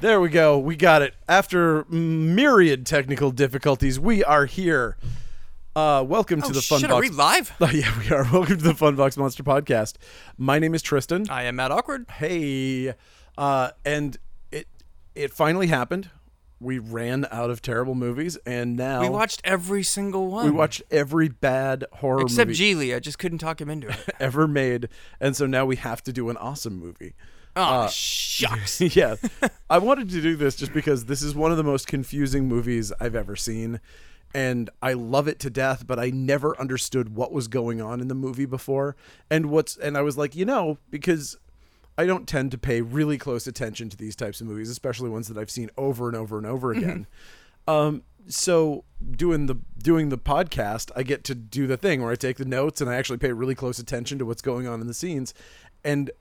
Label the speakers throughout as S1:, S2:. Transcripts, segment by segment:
S1: There we go. We got it. After myriad technical difficulties, we are here. Uh, welcome to the Fun
S2: Oh, shit,
S1: Box.
S2: Are we live?
S1: Oh, yeah, we are. Welcome to the Fun Box Monster Podcast. My name is Tristan.
S2: I am Matt Awkward.
S1: Hey, uh, and it it finally happened. We ran out of terrible movies, and now
S2: We watched every single one.
S1: oh. we watched every bad horror
S2: except
S1: movie
S2: Geely. I just couldn't talk him into it.
S1: ever made, and so now we have to do an awesome movie.
S2: Oh
S1: Uh,
S2: shucks.
S1: yeah. I wanted to do this just because this is one of the most confusing movies I've ever seen. And I love it to death, but I never understood what was going on in the movie before. And what's and I was like, you know, because I don't tend to pay really close attention to these types of movies, especially ones that I've seen over and over and over again. Um, so doing the doing the podcast, I get to do the thing where I take the notes and I actually pay really close attention to what's going on in the scenes. And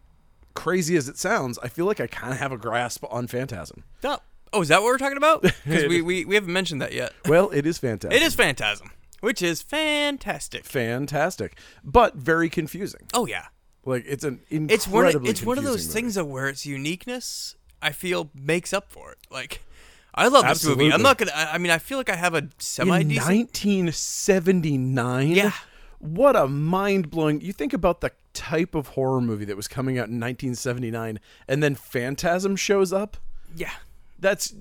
S1: crazy as it sounds, I feel like I kind of have a grasp on Phantasm.
S2: No. Oh, is that what we're talking about? Because we, we we haven't mentioned that yet.
S1: Well, it is Phantasm.
S2: It is Phantasm, which is fantastic.
S1: fantastic, but very confusing.
S2: Oh yeah.
S1: Like it's an incredibly
S2: It's one of, it's one of those
S1: confusing movie.
S2: things of where its uniqueness I feel makes up for it. Like I love this movie.
S1: Absolutely.
S2: I'm not gonna. I I mean, I feel like I have a semi
S1: in
S2: decent.
S1: 1979.
S2: Yeah.
S1: What a mind blowing. You think about the type of horror movie that was coming out in 1979, and then Phantasm shows up.
S2: Yeah.
S1: That's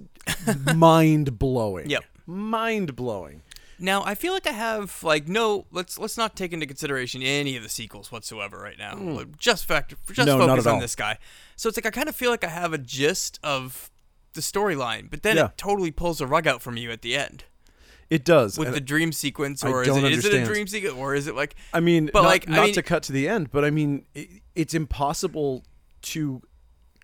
S1: mind blowing.
S2: Yep.
S1: Mind blowing.
S2: Now I feel like I have like no. Let's let's not take into consideration any of the sequels whatsoever right now. Like, Just factor. Just
S1: Hmm. No, not
S2: focus
S1: at
S2: on
S1: all.
S2: this guy. So it's like I kind of feel like I have a gist of the storyline, but then
S1: Yeah.
S2: it totally pulls the rug out from you at the end
S1: It does.
S2: with
S1: And
S2: the dream sequence,
S1: I
S2: or is
S1: don't
S2: it, is it a
S1: understand.
S2: dream sequence, or is it like?
S1: I mean,
S2: But,
S1: not,
S2: like, I
S1: not
S2: mean-
S1: to cut to the end, but I mean, it, it's impossible to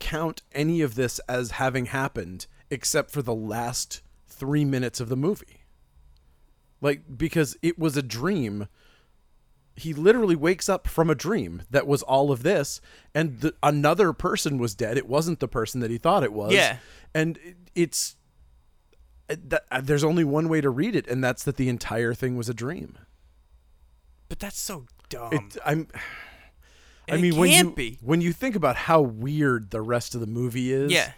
S1: count any of this as having happened except for the last three minutes of the movie. Like, because it was a dream. He literally wakes up from a dream that was all of this, and the, another person was dead. It wasn't the person that he thought it was.
S2: Yeah.
S1: And it, it's. it- that- uh, there's only one way to read it, and that's that the entire thing was a dream.
S2: But that's so dumb.
S1: It, I'm. I
S2: it
S1: mean, when
S2: can't
S1: you
S2: be.
S1: when you think about how weird the rest of the movie is,
S2: yeah.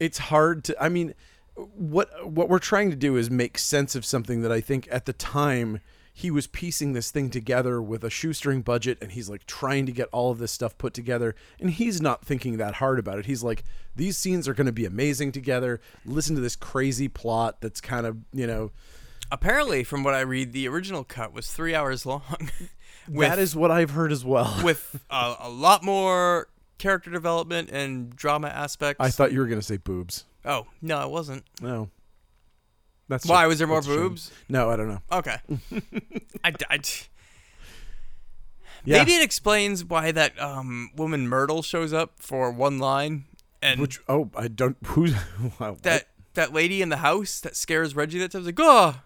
S1: it's hard to. I mean, what what we're trying to do is make sense of something that I think at the time he was piecing this thing together with a shoestring budget, and he's like trying to get all of this stuff put together, and he's not thinking that hard about it. He's like, these scenes are going to be amazing together. Listen to this crazy plot that's kind of you know
S2: Apparently, from what I read, the original cut was three hours long. with
S1: that is what I've heard as well.
S2: with uh, a lot more character development and drama aspects.
S1: I thought you were going to say boobs.
S2: oh no, it wasn't.
S1: No. That's
S2: Why
S1: just-
S2: was there more
S1: that's a shame.
S2: boobs?
S1: No, I don't know.
S2: Okay. I, d- I d-
S1: Yeah.
S2: Maybe it explains why that um, woman Myrtle shows up for one line, and
S1: Which oh, I don't who's wow, what?
S2: that that lady in the house that scares Reggie that time's like, oh.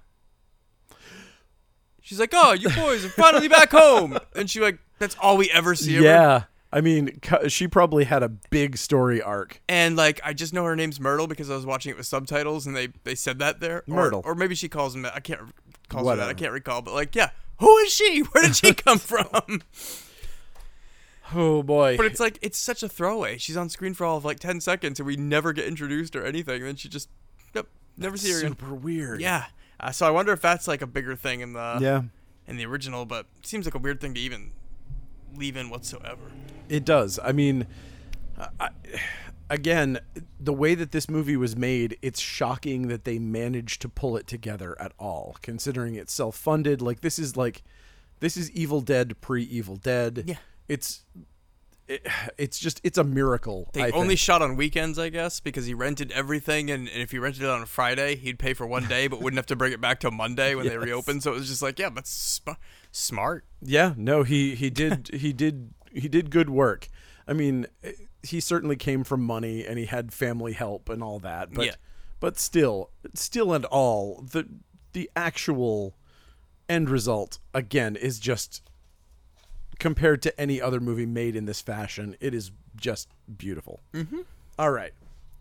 S2: She's like, oh, you boys are finally back home, and she like, that's all we ever see. of her.
S1: Yeah. I mean, cu- she probably had a big story arc.
S2: And like I just know her name's Myrtle because I was watching it with subtitles and they they said that there. Or-
S1: Myrtle.
S2: Or, maybe she calls him that. I can't re- calls her that. I
S1: Whatever.
S2: can't recall. But like, yeah, who is she? Where did she come from?
S1: Oh boy.
S2: but it's like it's such a throwaway. She's on screen for all of like ten seconds and we never get introduced or anything. And then she just nope, never see her again.
S1: super weird. Uh,
S2: Yeah. Uh, so I wonder if that's like a bigger thing in the
S1: Yeah.
S2: in the original, but it seems like a weird thing to even leave in whatsoever.
S1: It does. I mean, I, again, the way that this movie was made, it's shocking that they managed to pull it together at all, considering it's self-funded. Like this is like, this is Evil Dead pre-Evil Dead.
S2: Yeah.
S1: It's, it, it's just it's a miracle.
S2: They
S1: I
S2: only
S1: think.
S2: shot on weekends, I guess, because he rented everything, and, and if he rented it on a Friday, he'd pay for one day, but wouldn't have to bring it back till Monday when they
S1: Yes.
S2: reopened. So it was just like, yeah, that's sm- smart.
S1: Yeah, no, he he did he did he did good work. I mean, eh, he certainly came from money and he had family help and all that, but
S2: Yeah.
S1: but still, still and all, the the actual end result again is just compared to any other movie made in this fashion, it is just beautiful. Mm-hmm. All right,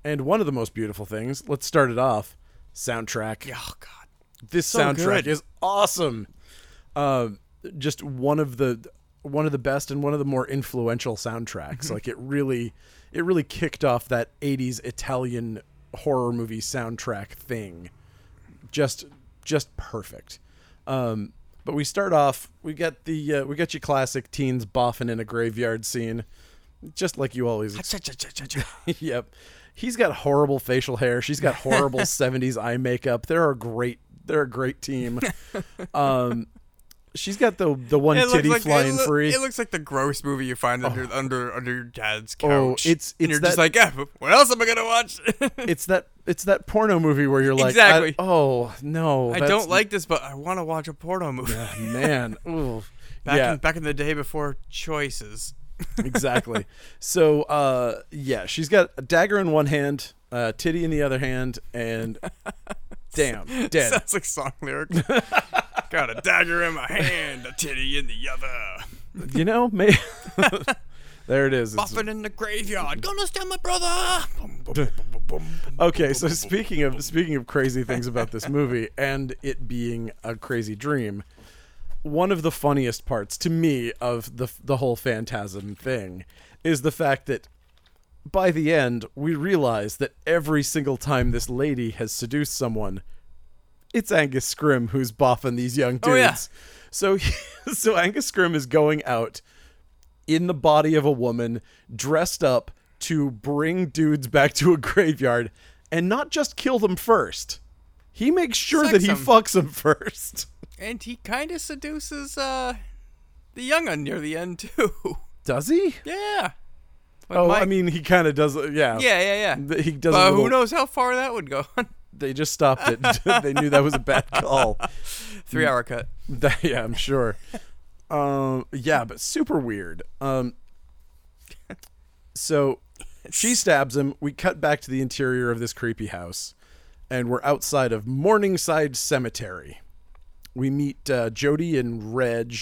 S1: and one of the most beautiful things. Let's start it off. Soundtrack
S2: Oh God,
S1: this
S2: So
S1: soundtrack
S2: good.
S1: is awesome. Um, just one of the one of the best and one of the more influential soundtracks. like it really, it really kicked off that '80s Italian horror movie soundtrack thing. Just, just perfect. Um, but we start off. We get the uh, we get your classic teens boffin in a graveyard scene, just like you always yep. He's got horrible facial hair. She's got horrible 70s eye makeup. They're a great they're a great team. Um she's got the the one
S2: It looks
S1: titty
S2: like-
S1: flying
S2: it loo-
S1: free.
S2: It looks like the gross movie you find under under under your dad's couch.
S1: Oh, it's-
S2: and
S1: it's
S2: you're
S1: that-
S2: just like, yeah, but what else am I gonna watch?
S1: it's that it's that porno movie where you're like I-
S2: Exactly.
S1: oh no.
S2: I
S1: that's-
S2: don't like this, but I want to watch a porno movie.
S1: man. Ooh.
S2: back
S1: yeah.
S2: in, back in the day before choices.
S1: exactly. So, uh, yeah, she's got a dagger in one hand, uh, titty in the other hand, and damn, dead.
S2: Sounds like song lyrics. Got a dagger in my hand, a titty in the other.
S1: you know, may- there it is. It's-
S2: Buffing in the graveyard, gonna stab my brother. Boom, boom, boom, boom, boom.
S1: Okay, so speaking of speaking of crazy things about this movie and it being a crazy dream, one of the funniest parts to me of the the whole phantasm thing is the fact that by the end we realize that every single time this lady has seduced someone, it's Angus Scrim who's boffing these young dudes.
S2: Oh, yeah.
S1: So so Angus Scrim is going out in the body of a woman dressed up to bring dudes back to a graveyard and not just kill them first. He makes sure
S2: Sex
S1: that he
S2: them.
S1: fucks them first.
S2: And he kind of seduces uh, the young un near the end too.
S1: Does he?
S2: yeah. But
S1: Oh,
S2: my-
S1: I mean, he kind of does. Yeah.
S2: Yeah, yeah, yeah.
S1: Th- He does. a
S2: But
S1: little-
S2: who knows how far that would go?
S1: They just stopped it. they knew that was a bad call. Mm.
S2: Three hour cut.
S1: That- yeah, I'm sure. Um, yeah, but super weird. Um, so she stabs him. We cut back to the interior of this creepy house, and we're outside of Morningside Cemetery. We meet uh, Jody and Reg,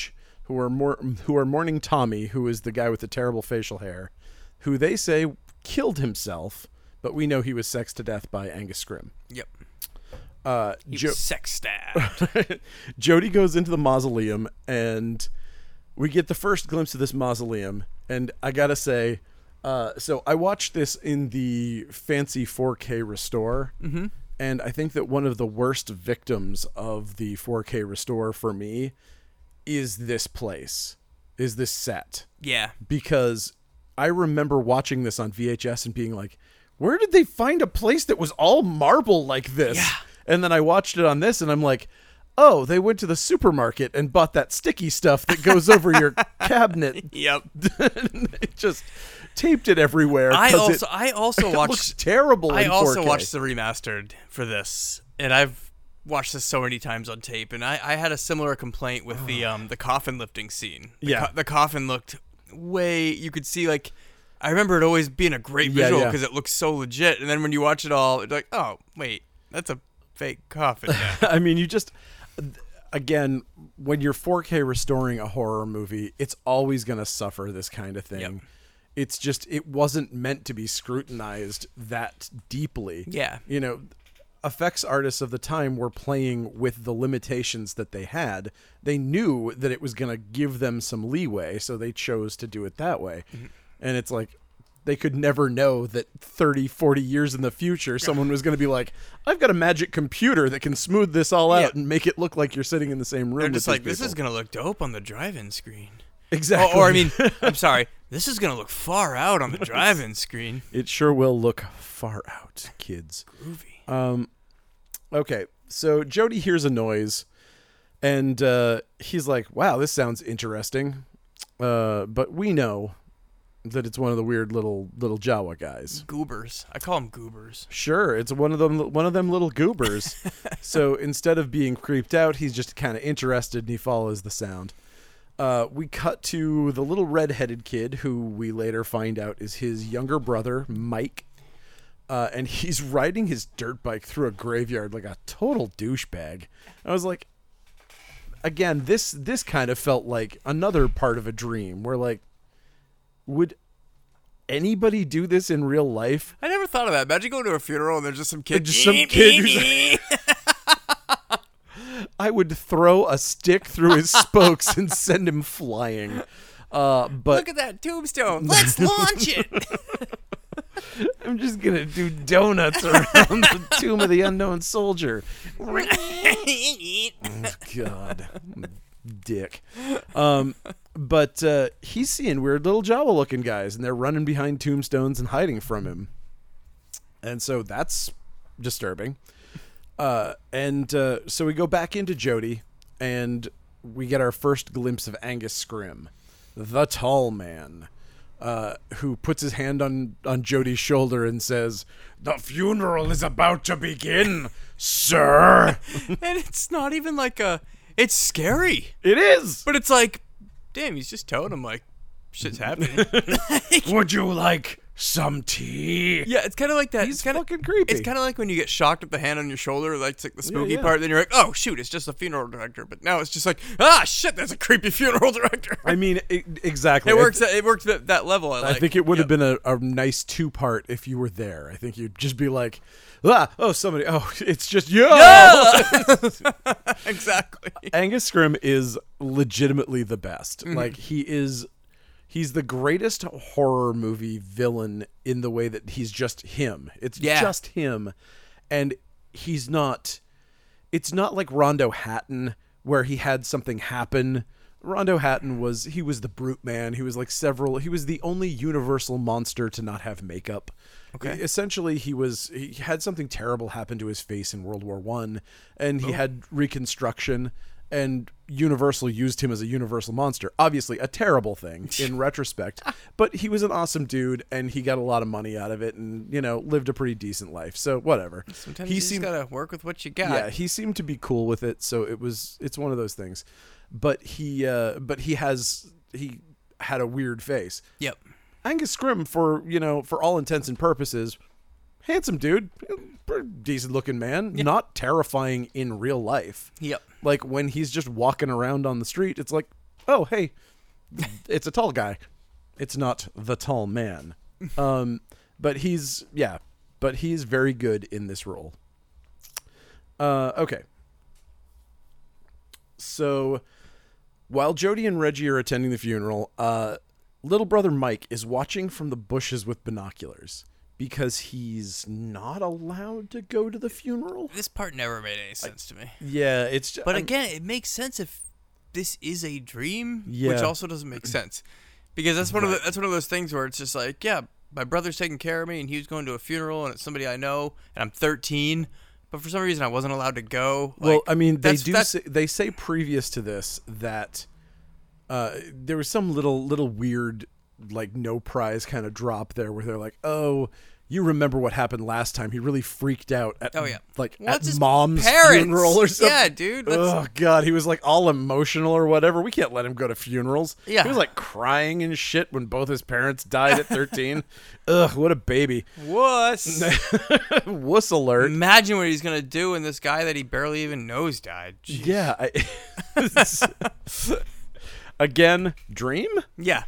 S1: who are more who are mourning Tommy, who is the guy with the terrible facial hair, who they say killed himself, but we know he was sexed to death by Angus Grimm.
S2: Yep.
S1: Uh,
S2: He
S1: Jo-
S2: was sex stabbed.
S1: Jody goes into the mausoleum and we get the first glimpse of this mausoleum. And I gotta say, uh, so I watched this in the fancy 4K restore. And I think that one of the worst victims of the 4K restore for me is this place, is this set
S2: yeah.
S1: because I remember watching this on VHS and being like, where did they find a place that was all marble like this?
S2: Yeah.
S1: And then I watched it on this and I'm like, oh, they went to the supermarket and bought that sticky stuff that goes over your cabinet.
S2: Yep.
S1: and they just taped it everywhere.
S2: I
S1: 'cause
S2: also
S1: it,
S2: I also
S1: it looks
S2: watched
S1: terrible.
S2: I
S1: in
S2: also
S1: 4K.
S2: watched the remastered for this, and I've watched this so many times on tape, and I, I had a similar complaint with the um the coffin lifting scene. The
S1: Yeah.
S2: co- the coffin looked way you could see like. I remember it always being a great
S1: Yeah,
S2: visual
S1: yeah.
S2: because it looks so legit, and then when you watch it all, it's like, oh wait, that's a fake coffin. now.
S1: I mean, you just again when you're 4K restoring a horror movie, it's always going to suffer this kind of thing.
S2: Yep.
S1: It's just it wasn't meant to be scrutinized that deeply.
S2: Yeah.
S1: You know, effects artists of the time were playing with the limitations that they had. They knew that it was going to give them some leeway, so they chose to do it that way.
S2: Mm-hmm.
S1: And it's like they could never know that 30, 40 years in the future, someone was going to be like, I've got a magic computer that can smooth this all out
S2: Yeah.
S1: and make it look like you're sitting in the same room.
S2: They're
S1: with
S2: just
S1: these
S2: like, this
S1: people."
S2: is gonna look dope on the drive-in screen.
S1: exactly.
S2: Or, Oh, or I mean, I'm sorry, this is gonna look far out on the drive-in screen.
S1: it sure will look far out, kids.
S2: Movie.
S1: Uh, Okay, so Jody hears a noise, and uh, he's like, "Wow, this sounds interesting," uh, but we know that it's one of the weird little little Jawa guys.
S2: goobers. I call them goobers.
S1: Sure, it's one of them one of them little goobers. so instead of being creeped out, he's just kind of interested, and he follows the sound. Uh, we cut to the little red-headed kid, who we later find out is his younger brother, Mike. Uh, and he's riding his dirt bike through a graveyard like a total douchebag. I was like, again, this this kind of felt like another part of a dream where like, would anybody do this in real life?
S2: I never thought of that. Imagine going to a funeral and there's just some kid.
S1: just some kid who's I would throw a stick through his spokes and send him flying. Uh, but
S2: Look at that tombstone. Let's launch it.
S1: I'm just gonna do donuts around the tomb of the unknown soldier. God, dick. Um, but uh, he's seeing weird little Jawa-looking guys, and they're running behind tombstones and hiding from him. And so that's disturbing. Uh, and uh, so we go back into Jody, and we get our first glimpse of Angus Scrim, the tall man, uh, who puts his hand on on Jody's shoulder and says, "The funeral is about to begin, sir."
S2: and it's not even like a. It's scary,
S1: It is.
S2: but it's like, damn, he's just telling him like, shit's happening.
S1: Would you like some tea?
S2: yeah, it's kind of like that.
S1: He's
S2: it's kind of
S1: fucking creepy.
S2: It's kind of like when you get shocked at the hand on your shoulder, like, it's like the spooky
S1: yeah.
S2: part. Then you're like, oh shoot, it's just a funeral director. But now it's just like, ah shit, that's a creepy funeral director.
S1: I mean, e- exactly.
S2: it works. At, it works at that level. I,
S1: I
S2: like.
S1: think it would have been a, a nice two part if you were there. I think you'd just be like, ah, oh, somebody, oh, it's just you.
S2: exactly.
S1: Angus Scrim is legitimately the best. Like he is he's the greatest horror movie villain in the way that he's just him. It's
S2: Yeah.
S1: just him. And he's not it's not like Rondo Hatton where he had something happen. Rondo Hatton was he was the brute man. He was like several he was the only universal monster to not have makeup. Okay. Essentially he was he had something terrible happen to his face in World War 1 and
S2: Oh.
S1: he had reconstruction and Universal used him as a universal monster. Obviously a terrible thing in retrospect, but he was an awesome dude and he got a lot of money out of it and you know lived a pretty decent life. So whatever.
S2: Sometimes
S1: he
S2: you
S1: seemed
S2: just gotta work with what you got.
S1: yeah, he seemed to be cool with it, so it was it's one of those things. But he uh but he has he had a weird face.
S2: Yep.
S1: Angus Scrim for, you know, for all intents and purposes, handsome dude, pretty decent looking man, not terrifying in real life.
S2: Yep.
S1: Like when he's just walking around on the street, it's like, "Oh, hey, it's a tall guy. It's not the tall man." Um but he's yeah, but he's very good in this role. Uh, okay. So, while Jody and Reggie are attending the funeral, uh, little brother Mike is watching from the bushes with binoculars because he's not allowed to go to the funeral.
S2: This part never made any sense to me.
S1: Yeah, it's
S2: But again, it makes sense if this is a dream,
S1: Yeah.
S2: which also doesn't make sense because that's one of the, that's one of those things where it's just like, yeah, my brother's taking care of me, and he was going to a funeral, and it's somebody I know, and I'm 13, but for some reason I wasn't allowed to go.
S1: Well,
S2: Like,
S1: I mean, they
S2: that's-
S1: do.
S2: that's-
S1: Say, they say previous to this that uh, there was some little little weird like no prize kind of drop there where they're like, oh. You remember what happened last time? He really freaked out at
S2: Oh, yeah.
S1: like
S2: Well,
S1: at
S2: it's his
S1: mom's
S2: parents.
S1: funeral or something.
S2: Yeah, dude, that's-
S1: Oh god, he was like all emotional or whatever. We can't let him go to funerals.
S2: Yeah.
S1: he was like crying and shit when both his parents died at thirteen. Ugh, what a baby.
S2: what?
S1: Wuss alert.
S2: Imagine what he's gonna do when this guy that he barely even knows died. Jeez.
S1: Yeah. I, again, dream?
S2: Yeah.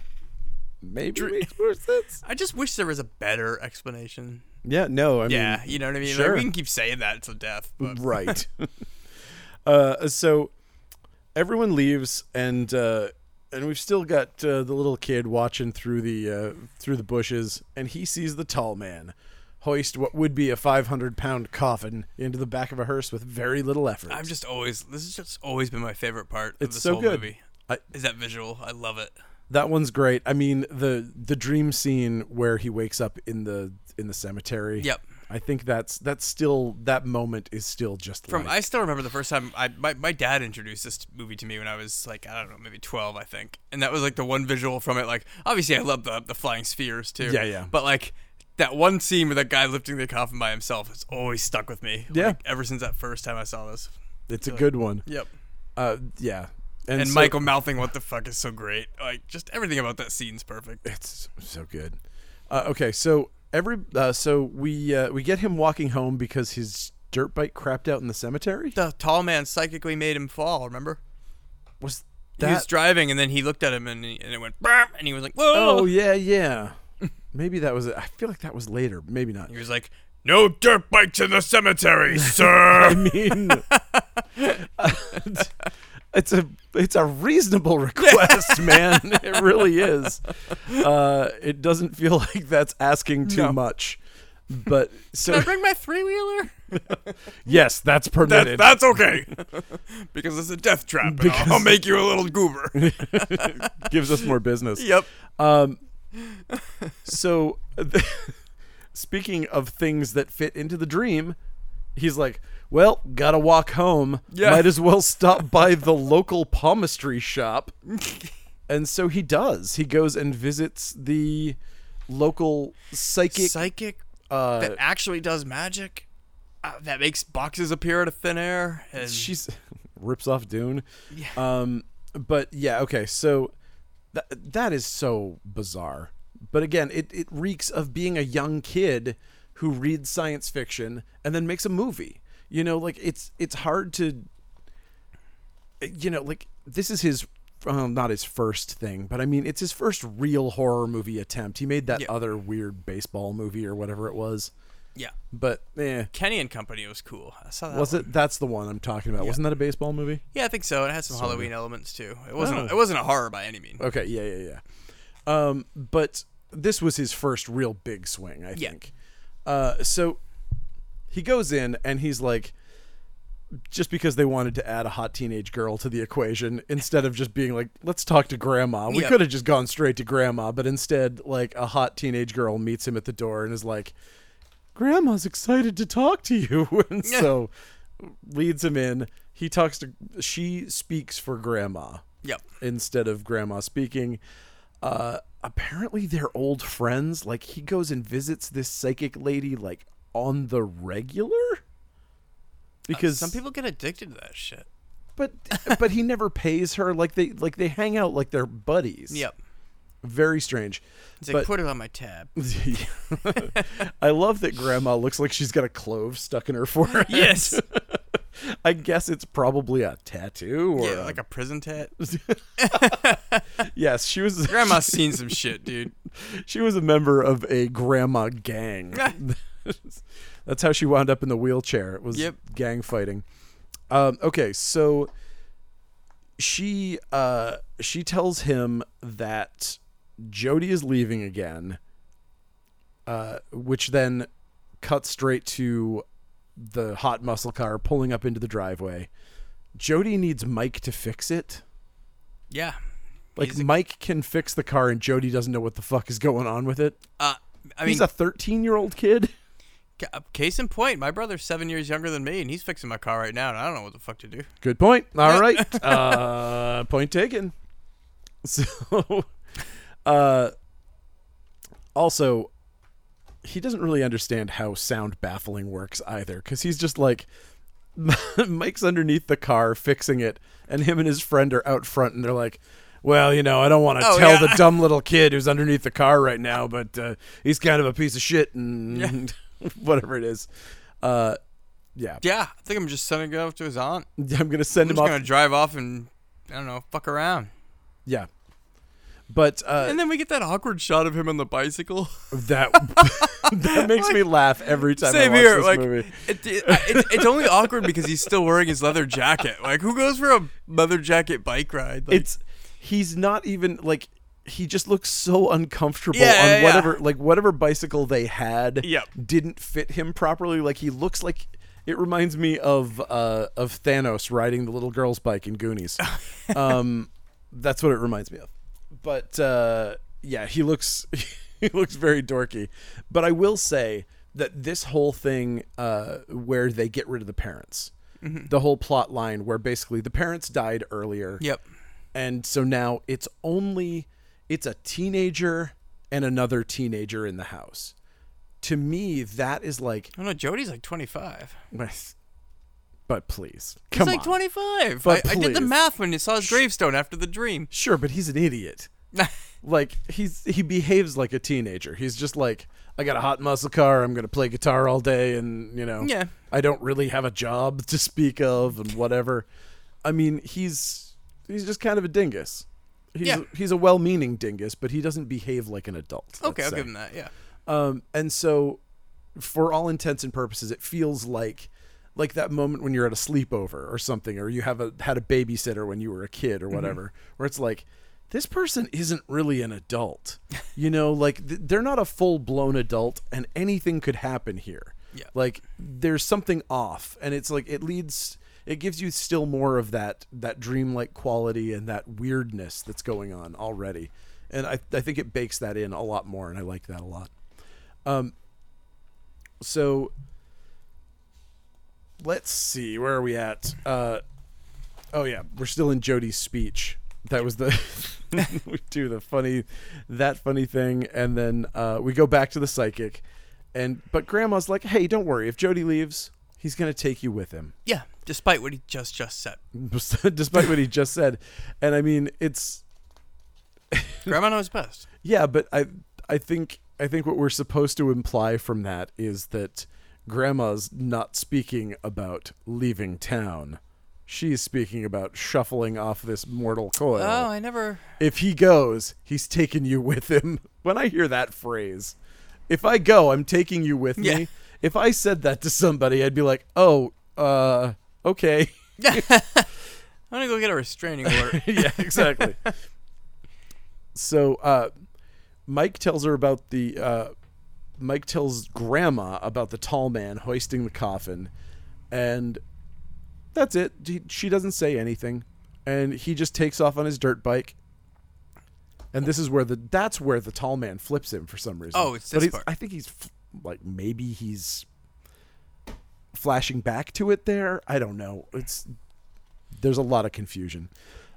S1: Maybe makes more sense.
S2: I just wish there was a better explanation.
S1: Yeah. No. I
S2: Yeah,
S1: mean,
S2: you know what I mean.
S1: sure.
S2: Like, we can keep saying that until death, but
S1: right. uh, so everyone leaves, and uh, and we've still got uh, the little kid watching through the uh, through the bushes, and he sees the tall man hoist what would be a 500 pound coffin into the back of a hearse with very little effort.
S2: I'm just always this has just always been my favorite part of
S1: It's
S2: this
S1: so
S2: whole
S1: good.
S2: movie.
S1: I-
S2: is that visual? I love it.
S1: That one's great. I mean the the dream scene where he wakes up in the in the cemetery.
S2: Yep.
S1: I think that's that's still that moment is still just
S2: From
S1: like,
S2: I still remember the first time I my, my dad introduced this movie to me when I was like I don't know maybe 12 I think, and that was like the one visual from it. Like obviously I love the the flying spheres too.
S1: Yeah, yeah.
S2: But like that one scene with that guy lifting the coffin by himself has always stuck with me.
S1: Yeah.
S2: like, ever since that first time I saw this.
S1: it's a good one.
S2: Yep.
S1: Uh, yeah.
S2: And
S1: so-
S2: Michael mouthing "What the fuck" is so great. Like just everything about that scene's perfect.
S1: It's so good. Uh, okay, so every uh, so we uh, we get him walking home because his dirt bike crapped out in the cemetery.
S2: The tall man psychically made him fall. Remember?
S1: Was
S2: he was
S1: that?
S2: driving and then he looked at him and, he, and it went "Burp," and he was like whoa
S1: Oh yeah, yeah. Maybe that was. it. I feel like that was later. Maybe not.
S2: he was like no dirt bikes in the cemetery sir
S1: mean, It's a it's a reasonable request, man. It really is. Uh, it doesn't feel like that's asking too
S2: No.
S1: much, but
S2: Can I
S1: so
S2: bring my three wheeler?
S1: yes, that's permitted.
S2: that's okay. because it's a death trap. and I'll- I'll make you a little goober.
S1: gives us more business.
S2: yep.
S1: Um, so, speaking of things that fit into the dream, he's like, "Well, gotta walk home.
S2: Yeah.
S1: Might as well stop by the local palmistry shop." and so he does. He goes and visits the local psychic.
S2: Psychic
S1: uh,
S2: that actually does magic. Uh, that makes boxes appear out of thin air. And
S1: she's rips off Dune. Yeah. Um, but yeah, okay. So that that is so bizarre. But again, it it reeks of being a young kid who reads science fiction and then makes a movie. You know, like it's it's hard to you know, like this is his well, not his first thing, but I mean, it's his first real horror movie attempt. He made that
S2: Yeah.
S1: other weird baseball movie or whatever it was,
S2: yeah,
S1: but eh,
S2: Kenny and Company was cool. I saw that.
S1: was
S2: one.
S1: it? That's the one I'm talking about. Wasn't that a baseball movie?
S2: Yeah, I think so. It had some Halloween elements too. It wasn't.
S1: Oh.
S2: it wasn't a horror by any means.
S1: Okay, yeah, yeah, yeah. Um, but this was his first real big swing, I
S2: Yeah.
S1: think. Uh, so he goes in and he's like, just because they wanted to add a hot teenage girl to the equation, instead of just being like, let's talk to grandma, we
S2: Yeah.
S1: could have just gone straight to grandma, but instead, like, a hot teenage girl meets him at the door and is like, grandma's excited to talk to you. and so leads him in. He talks to, she speaks for grandma
S2: Yep.
S1: instead of grandma speaking. Uh, apparently, they're old friends. Like, he goes and visits this psychic lady, like, on the regular? Because
S2: Some people get addicted to that shit.
S1: but but he never pays her like they like they hang out like they're buddies.
S2: Yep.
S1: very strange.
S2: It's like
S1: But
S2: put it on my tab.
S1: I love that Grandma looks like she's got a clove stuck in her forehead.
S2: Yes.
S1: I guess it's probably a tattoo or
S2: yeah,
S1: a-
S2: like a prison tat.
S1: yes. She was
S2: Grandma's seen some shit, dude.
S1: She was a member of a grandma gang. That's how she wound up in the wheelchair. It was
S2: Yep.
S1: gang fighting. Um, okay, so she uh, she tells him that Jody is leaving again, uh, which then cuts straight to the hot muscle car pulling up into the driveway. Jody needs Mike to fix it.
S2: Yeah.
S1: Like
S2: He's a-
S1: Mike can fix the car, and Jody doesn't know what the fuck is going on with it.
S2: Uh, I mean,
S1: he's a 13 year old kid.
S2: ca- uh, case in point, my brother's seven years younger than me, and he's fixing my car right now, and I don't know what the fuck to do.
S1: Good point. All right. uh, point taken. So, uh, also, he doesn't really understand how sound baffling works either because he's just like, Mike's underneath the car fixing it, and him and his friend are out front, and they're like, well, you know, I don't want to
S2: Oh,
S1: tell
S2: yeah.
S1: the dumb little kid who's underneath the car right now, but uh, he's kind of a piece of shit and whatever it is. Uh, yeah.
S2: Yeah, I think I'm just sending it off to his aunt. I'm
S1: I'm going to send him
S2: just
S1: off
S2: gonna drive off and I don't know, fuck around.
S1: Yeah. But uh,
S2: And then we get that awkward shot of him on the bicycle.
S1: that that makes me laugh every time I
S2: Same
S1: watch
S2: here.
S1: this
S2: Like
S1: movie.
S2: it, it, it's, it's only awkward because he's still wearing his leather jacket. Like who goes for a leather jacket bike ride? Like,
S1: It's he's not even like he just looks so uncomfortable
S2: Yeah,
S1: on
S2: yeah, yeah.
S1: whatever like whatever bicycle they had
S2: Yep.
S1: didn't fit him properly. Like he looks like it reminds me of uh, of Thanos riding the little girl's bike in Goonies. um, that's what it reminds me of. But uh, yeah, he looks he looks very dorky. But I will say that this whole thing uh, where they get rid of the parents,
S2: Mm-hmm.
S1: the whole plot line where basically the parents died earlier.
S2: yep.
S1: And so now it's only it's a teenager and another teenager in the house. To me, that is like,
S2: I don't know. Jody's like 25.
S1: but please,
S2: He's
S1: come
S2: like
S1: on.
S2: 25. I,
S1: But
S2: I did the
S1: please.
S2: math when you saw his gravestone after the dream.
S1: Sure, but he's an idiot. Like he's he behaves like a teenager. He's just like, I got a hot muscle car. I'm gonna play guitar all day, and you know,
S2: Yeah.
S1: I don't really have a job to speak of, and whatever. I mean, he's he's just kind of a dingus. He's
S2: Yeah.
S1: he's a well-meaning dingus, but he doesn't behave like an adult.
S2: okay,
S1: let's say.
S2: I'll give him that. Yeah.
S1: Um, and so, for all intents and purposes, it feels like like that moment when you're at a sleepover or something, or you have a had a babysitter when you were a kid or whatever, where it's like, this person isn't really an adult, you know, like th- they're not a full blown adult, and anything could happen here.
S2: Yeah.
S1: like there's something off, and it's like it leads, it gives you still more of that that dreamlike quality and that weirdness that's going on already, and I I think it bakes that in a lot more, and I like that a lot. So let's see, where are we at? Uh, oh yeah, we're still in Jody's speech. That was the we do the funny that funny thing, and then uh, we go back to the psychic, and but Grandma's like, "Hey, don't worry. If Jody leaves, he's gonna take you with him."
S2: Yeah, despite what he just just said,
S1: Despite what he just said, and I mean, it's Mm-hmm.
S2: Grandma knows best.
S1: Yeah, but I I think I think what we're supposed to imply from that is that grandma's not speaking about leaving town. She's speaking about shuffling off this mortal coil.
S2: Oh, I never.
S1: If he goes, he's taking you with him. When I hear that phrase, if I go, I'm taking you with
S2: Yeah.
S1: me. If I said that to somebody, I'd be like, "Oh, uh, okay."
S2: I'm gonna go get a restraining order.
S1: yeah, exactly. so uh, Mike tells her about the. Uh, Mike tells Grandma about the tall man hoisting the coffin, and that's it. He- She doesn't say anything, and he just takes off on his dirt bike. And this is where the that's where the tall man flips him for some reason.
S2: Oh, it's
S1: but
S2: this
S1: he's-
S2: part.
S1: I think he's f- like maybe he's flashing back to it there. I don't know. It's there's a lot of confusion.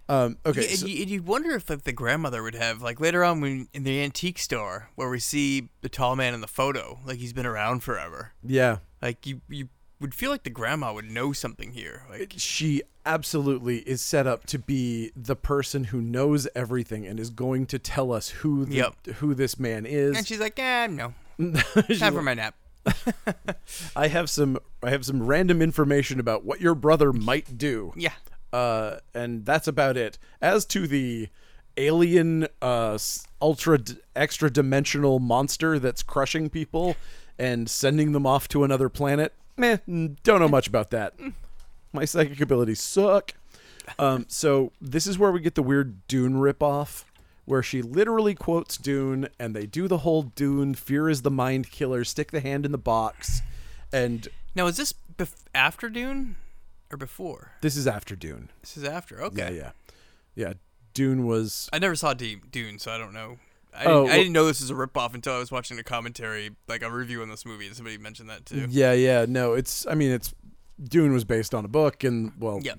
S1: Um, okay,
S2: Yeah, and,
S1: so-
S2: you, and you wonder if like the grandmother would have like later on when in the antique store where we see the tall man in the photo, like he's been around forever.
S1: yeah,
S2: Like you, you would feel like the grandma would know something here. Like
S1: she absolutely is set up to be the person who knows everything and is going to tell us who the,
S2: Yep.
S1: who this man is.
S2: and she's like, eh, no,
S1: She's
S2: time for
S1: like,
S2: my nap.
S1: I have some I have some random information about what your brother might do.
S2: Yeah,
S1: uh, and that's about it. As to the alien, uh, s- ultra d- extra dimensional monster that's crushing people and sending them off to another planet, meh, mm, don't know much about that. My psychic abilities suck. Um, so this is where we get the weird Dune ripoff, where she literally quotes Dune, and they do the whole Dune "Fear is the mind killer." Stick the hand in the box, and
S2: Now, is this bef- after Dune or before?
S1: this is after Dune.
S2: This is after. Okay.
S1: Yeah, yeah, yeah. Dune was
S2: I never saw D- Dune, so I don't know.
S1: Oh,
S2: I, didn't,
S1: well-
S2: I didn't know this was a ripoff until I was watching a commentary, like a review on this movie, and somebody mentioned that too.
S1: Yeah, yeah. No, it's I mean it's Dune was based on a book and well
S2: Yep.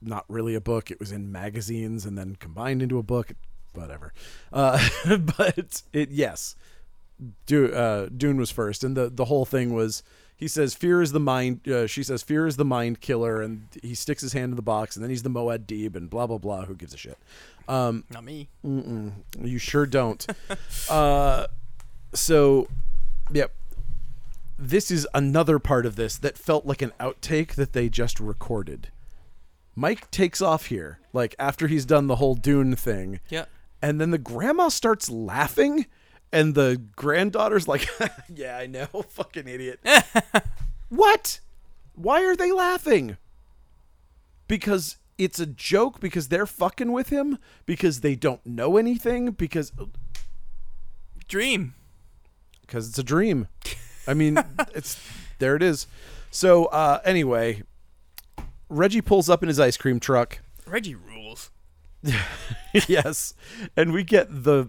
S1: not really a book. It was in magazines and then combined into a book, whatever. Uh, but it yes. Du- uh, Dune was first and the the whole thing was he says fear is the mind uh, she says fear is the mind killer and he sticks his hand in the box and then he's the Moad Deeb and blah blah blah who gives a shit. Mm.
S2: Not me.
S1: You sure don't. uh, so, yep. This is another part of this that felt like an outtake that they just recorded. Mike takes off here, like after he's done the whole Dune thing.
S2: Yeah.
S1: And then the grandma starts laughing, and the granddaughter's like, Yeah, I know. Fucking idiot. what? Why are they laughing? Because it's a joke, because they're fucking with him, because they don't know anything, because
S2: Dream.
S1: because it's a dream. I mean, it's there it is. So uh, anyway, Reggie pulls up in his ice cream truck.
S2: Reggie rules.
S1: yes, and we get the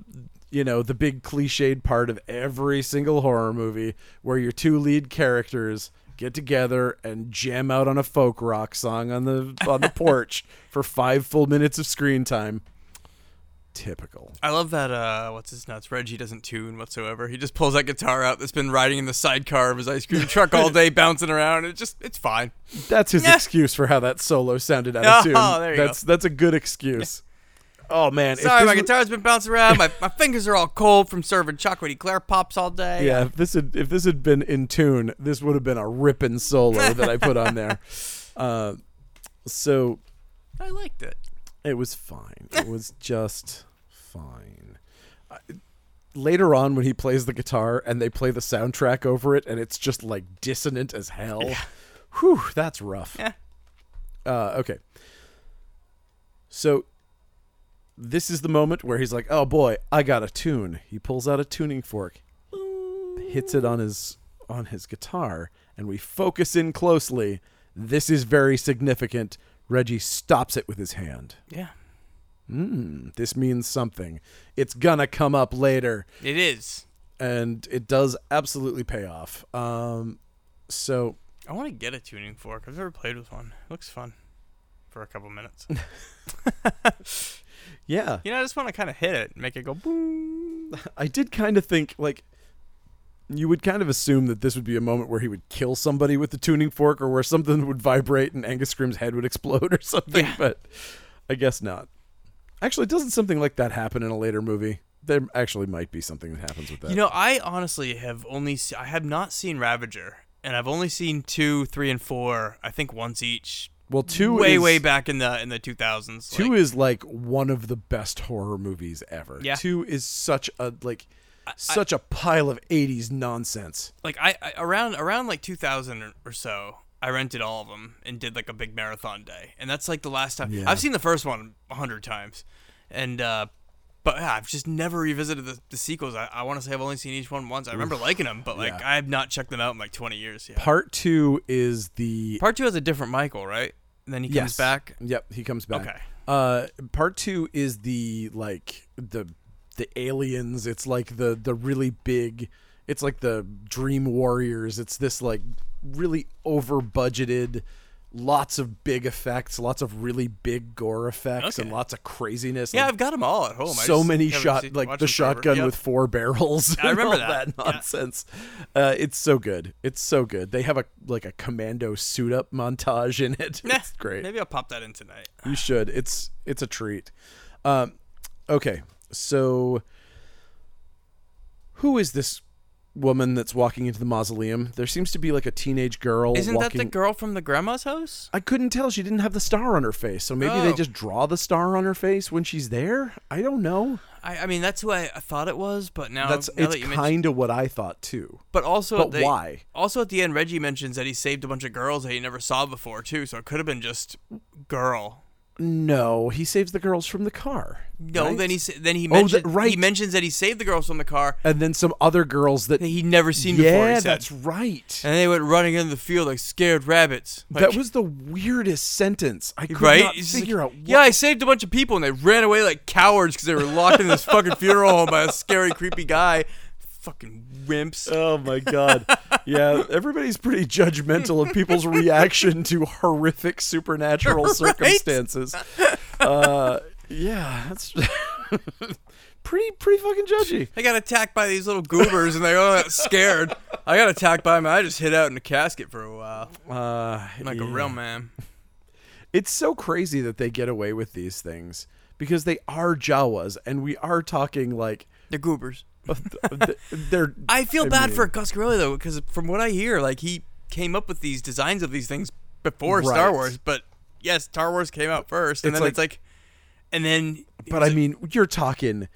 S1: you know the big cliched part of every single horror movie where your two lead characters get together and jam out on a folk rock song on the on the porch for five full minutes of screen time. Typical.
S2: I love that. Uh, what's his nuts? Reggie doesn't tune whatsoever. He just pulls that guitar out that's been riding in the sidecar of his ice cream truck all day, bouncing around. It just, it's fine.
S1: That's his
S2: Yeah.
S1: excuse for how that solo sounded out
S2: Oh,
S1: of tune.
S2: there you go.
S1: that's that's a good excuse. Oh man, if
S2: Sorry,
S1: this
S2: my
S1: wa-
S2: guitar's been bouncing around. My, my fingers are all cold from serving chocolatey Claire pops all day.
S1: Yeah, if this had if this had been in tune, this would have been a ripping solo that I put on there. Uh, so
S2: I liked it.
S1: it was fine. It was just fine. I- Later on, when he plays the guitar and they play the soundtrack over it, and it's just like dissonant as hell. Whew, that's rough.
S2: Yeah.
S1: Uh, okay. So this is the moment where he's like, "Oh boy, I got a tune." He pulls out a tuning fork, hits it on his on his guitar, and we focus in closely. This is very significant. Reggie stops it with his hand.
S2: Yeah.
S1: Mm, this means something. It's gonna come up later
S2: It is.
S1: and it does absolutely pay off. Um, so
S2: I want to get a tuning fork. I've never played with one. It looks fun for a couple minutes.
S1: yeah,
S2: you know, I just want to kind of hit it, make it go boom.
S1: I did kind of think like you would kind of assume that this would be a moment where he would kill somebody with the tuning fork, or where something would vibrate and Angus Scrim's head would explode or something.
S2: Yeah.
S1: But I guess not. Actually, doesn't something like that happen in a later movie? There actually might be something that happens with that.
S2: You know, I honestly have only se- I have not seen Ravager, and I've only seen two, three, and four. I think once each.
S1: well, two
S2: way
S1: is,
S2: way back in the in the two thousands.
S1: Two is like one of the best horror movies ever.
S2: Yeah.
S1: Two is such a like such a pile of 80s nonsense.
S2: like I, I around around like 2000 or- or so i rented all of them and did like a big marathon day and that's like the last time
S1: Yeah.
S2: i've seen the first one 100 times and uh but yeah, i've just never revisited the, the sequels i, I want to say i've only seen each one once i remember liking them but like
S1: Yeah.
S2: i have not checked them out in like 20 years yeah
S1: Part two is the
S2: part two has a different michael right and then he comes
S1: yes.
S2: back
S1: Yep, he comes back.
S2: Okay.
S1: Uh, part two is the like the the aliens. It's like the the really big. It's like the Dream Warriors. It's this like really over budgeted, lots of big effects, lots of really big gore effects, and
S2: Okay.
S1: lots of craziness.
S2: yeah
S1: like,
S2: i've got them all at home I
S1: so
S2: just
S1: many
S2: haven't
S1: shot
S2: seen-
S1: like
S2: watched
S1: the
S2: them forever.
S1: shotgun
S2: Yep.
S1: with four barrels.
S2: I
S1: and
S2: remember
S1: all
S2: that. Yeah.
S1: nonsense. Uh, it's so good. It's so good. They have a like a commando suit up montage in it.
S2: Nah,
S1: It's great.
S2: maybe i'll pop that in tonight
S1: You should. It's it's a treat. Um, okay, so who is this woman that's walking into the mausoleum? There seems to be like a teenage girl.
S2: isn't
S1: walking...
S2: that the girl from the grandma's house
S1: I couldn't tell. She didn't have the star on her face, so maybe they
S2: Oh.
S1: just draw the star on her face when she's there. I don't know.
S2: i, I mean that's who I, I thought it was but now
S1: That's
S2: Um, now
S1: it's
S2: that you mention
S1: kind of what I thought too.
S2: But also,
S1: But
S2: they-
S1: why?
S2: Also, at the end, Reggie mentions that he saved a bunch of girls that he never saw before too. So it could have been just girl.
S1: No, he saves the girls from the car.
S2: No,
S1: right?
S2: then he sa- then he
S1: Oh,
S2: mentions
S1: that- right.
S2: he mentions that he saved the girls from the car
S1: and then some other girls that.
S2: that he'd never seen before. he
S1: yeah,
S2: said.
S1: that's right.
S2: and they went running into the field like scared rabbits. Like,
S1: that was the weirdest sentence. I could
S2: right.
S1: not
S2: He's just like,
S1: figure out. What
S2: yeah, I saved a bunch of people and they ran away like cowards because they were locked in this fucking funeral home by a scary, creepy guy. Fucking wimps.
S1: Oh my god. Yeah, everybody's pretty judgmental of people's reaction to horrific supernatural circumstances. Uh, yeah, that's pretty pretty fucking judgy.
S2: I got attacked by these little goobers and they all got scared. I got attacked by them. and I just hid out in a casket for a while.
S1: Uh,
S2: like a
S1: yeah.
S2: real man.
S1: It's so crazy that they get away with these things because they are Jawas and we are talking like
S2: They're goobers.
S1: they're
S2: I feel bad
S1: mean-
S2: for Coscarelli though, because from what I hear, like he came up with these designs of these things before
S1: Right.
S2: Star Wars. But yes, Star Wars came out first, and
S1: It's
S2: then
S1: like-
S2: it's like, and then.
S1: But I mean, you're talking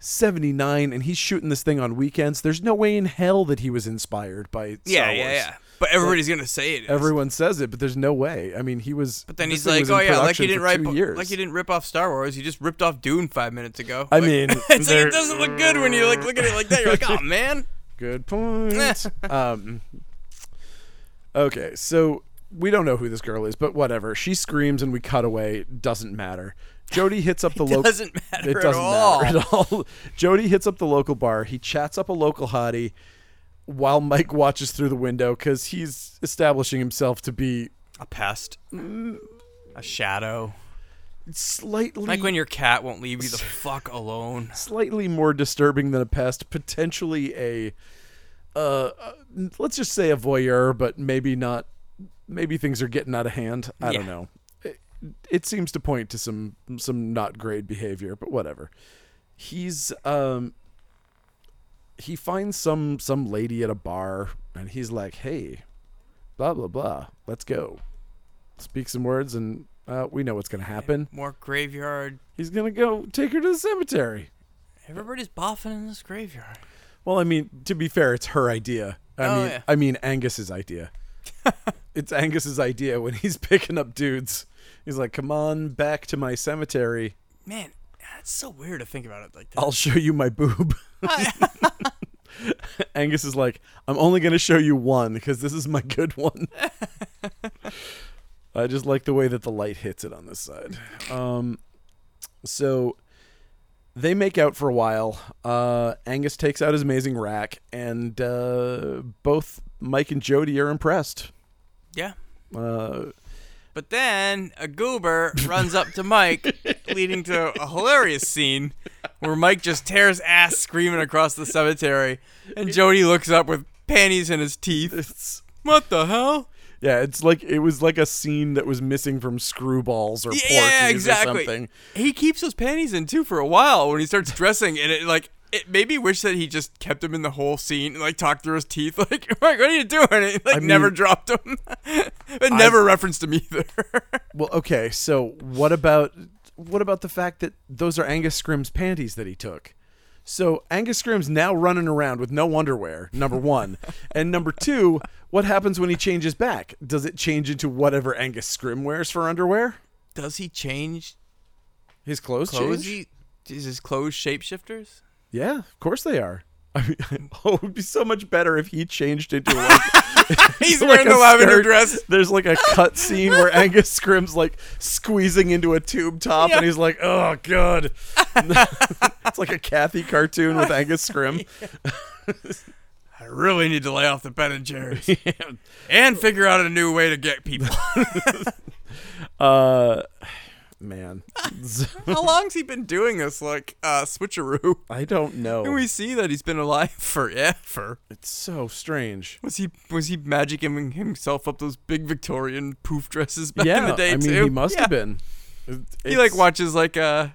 S1: 79 and he's shooting this thing on weekends. There's no way in hell that he was inspired by Star
S2: yeah,
S1: Wars.
S2: yeah, yeah. But everybody's gonna say it. is.
S1: Everyone says it, but there's no way. I mean, he was
S2: But then
S1: this
S2: he's
S1: thing
S2: like,
S1: was in
S2: oh yeah, like
S1: production
S2: you didn't
S1: for
S2: write,
S1: two
S2: bo-
S1: years.
S2: like you didn't rip off Star Wars. You just ripped off Dune five minutes ago.
S1: I
S2: Like-
S1: mean,
S2: it's like,
S1: there-
S2: it doesn't look good when you like look at it like that. You're like, oh man.
S1: Good point. um, okay, so we don't know who this girl is, but whatever. She screams and we cut away. Doesn't matter. Jody hits up the local.
S2: doesn't matter
S1: It
S2: at
S1: doesn't
S2: all.
S1: matter at all. Jody hits up the local bar. He chats up a local hottie while Mike watches through the window because he's establishing himself to be
S2: A pest. A shadow.
S1: slightly
S2: Like when your cat won't leave you the fuck alone.
S1: slightly more disturbing than a pest, potentially a uh, uh, let's just say a voyeur, but maybe not. Maybe things are getting out of hand. I don't
S2: Yeah.
S1: know. It, it seems to point to some some not great behavior, but whatever. He's um he finds some some lady at a bar and he's like, "Hey, blah blah blah, let's go." Speak some words and uh, we know what's going to happen.
S2: More graveyard
S1: He's going to go take her to the cemetery.
S2: Everybody's boffing in this graveyard.
S1: Well, I mean, to be fair, it's her idea. I
S2: Oh,
S1: mean,
S2: yeah.
S1: I mean Angus's idea. it's Angus's idea when he's picking up dudes. He's like, "Come on back to my cemetery.
S2: Man, that's so weird to think about it like that.
S1: I'll show you my boob." Angus is like, "I'm only going to show you one because this is my good one." I just like the way that the light hits it on this side. Um, so they make out for a while. Uh, Angus takes out his amazing rack, and uh, both Mike and Jody are impressed.
S2: yeah.
S1: Uh,
S2: But then a goober runs up to Mike, leading to a hilarious scene where Mike just tears ass screaming across the cemetery, and Jody looks up with panties in his teeth.
S1: it's
S2: What the hell?
S1: yeah, it's like it was like a scene that was missing from Screwballs or
S2: Yeah,
S1: Porky's or
S2: exactly.
S1: something.
S2: He keeps those panties in too for a while when he starts dressing, and it like it made me wish that he just kept them in the whole scene and like talked through his teeth, like Mike, what are you doing? And he, like
S1: mean-
S2: never dropped them, but never referenced him either.
S1: Well, okay, so what about what about the fact that those are Angus Scrimm's panties that he took? So Angus Scrimm's now running around with no underwear, number one. and number two, what happens when he changes back? Does it change into whatever Angus Scrim wears for underwear?
S2: Does he change
S1: His clothes,
S2: clothes?
S1: change?
S2: He, is his clothes shapeshifters?
S1: Yeah, of course they are. I mean, oh, it would be so much better if he changed into like,
S2: He's
S1: like
S2: wearing
S1: a
S2: a lavender
S1: skirt.
S2: dress.
S1: There's like a cut scene where Angus Scrim's like squeezing into a tube top, and
S2: Yeah.
S1: he's like, "Oh God!" it's like a Kathy cartoon with Angus Scrim.
S2: I really need to lay off the Ben and Jerry's and figure out a new way to get people.
S1: Uh, man,
S2: How long's he been doing this, like uh, switcheroo?
S1: I don't know.
S2: We see that he's been alive forever.
S1: It's so stranc
S2: Was he was he magicking himself up those big Victorian poof dresses back
S1: yeah,
S2: in the day
S1: I mean,
S2: too?
S1: he must
S2: Yeah.
S1: have been. It-
S2: He like
S1: it's-
S2: watches like uh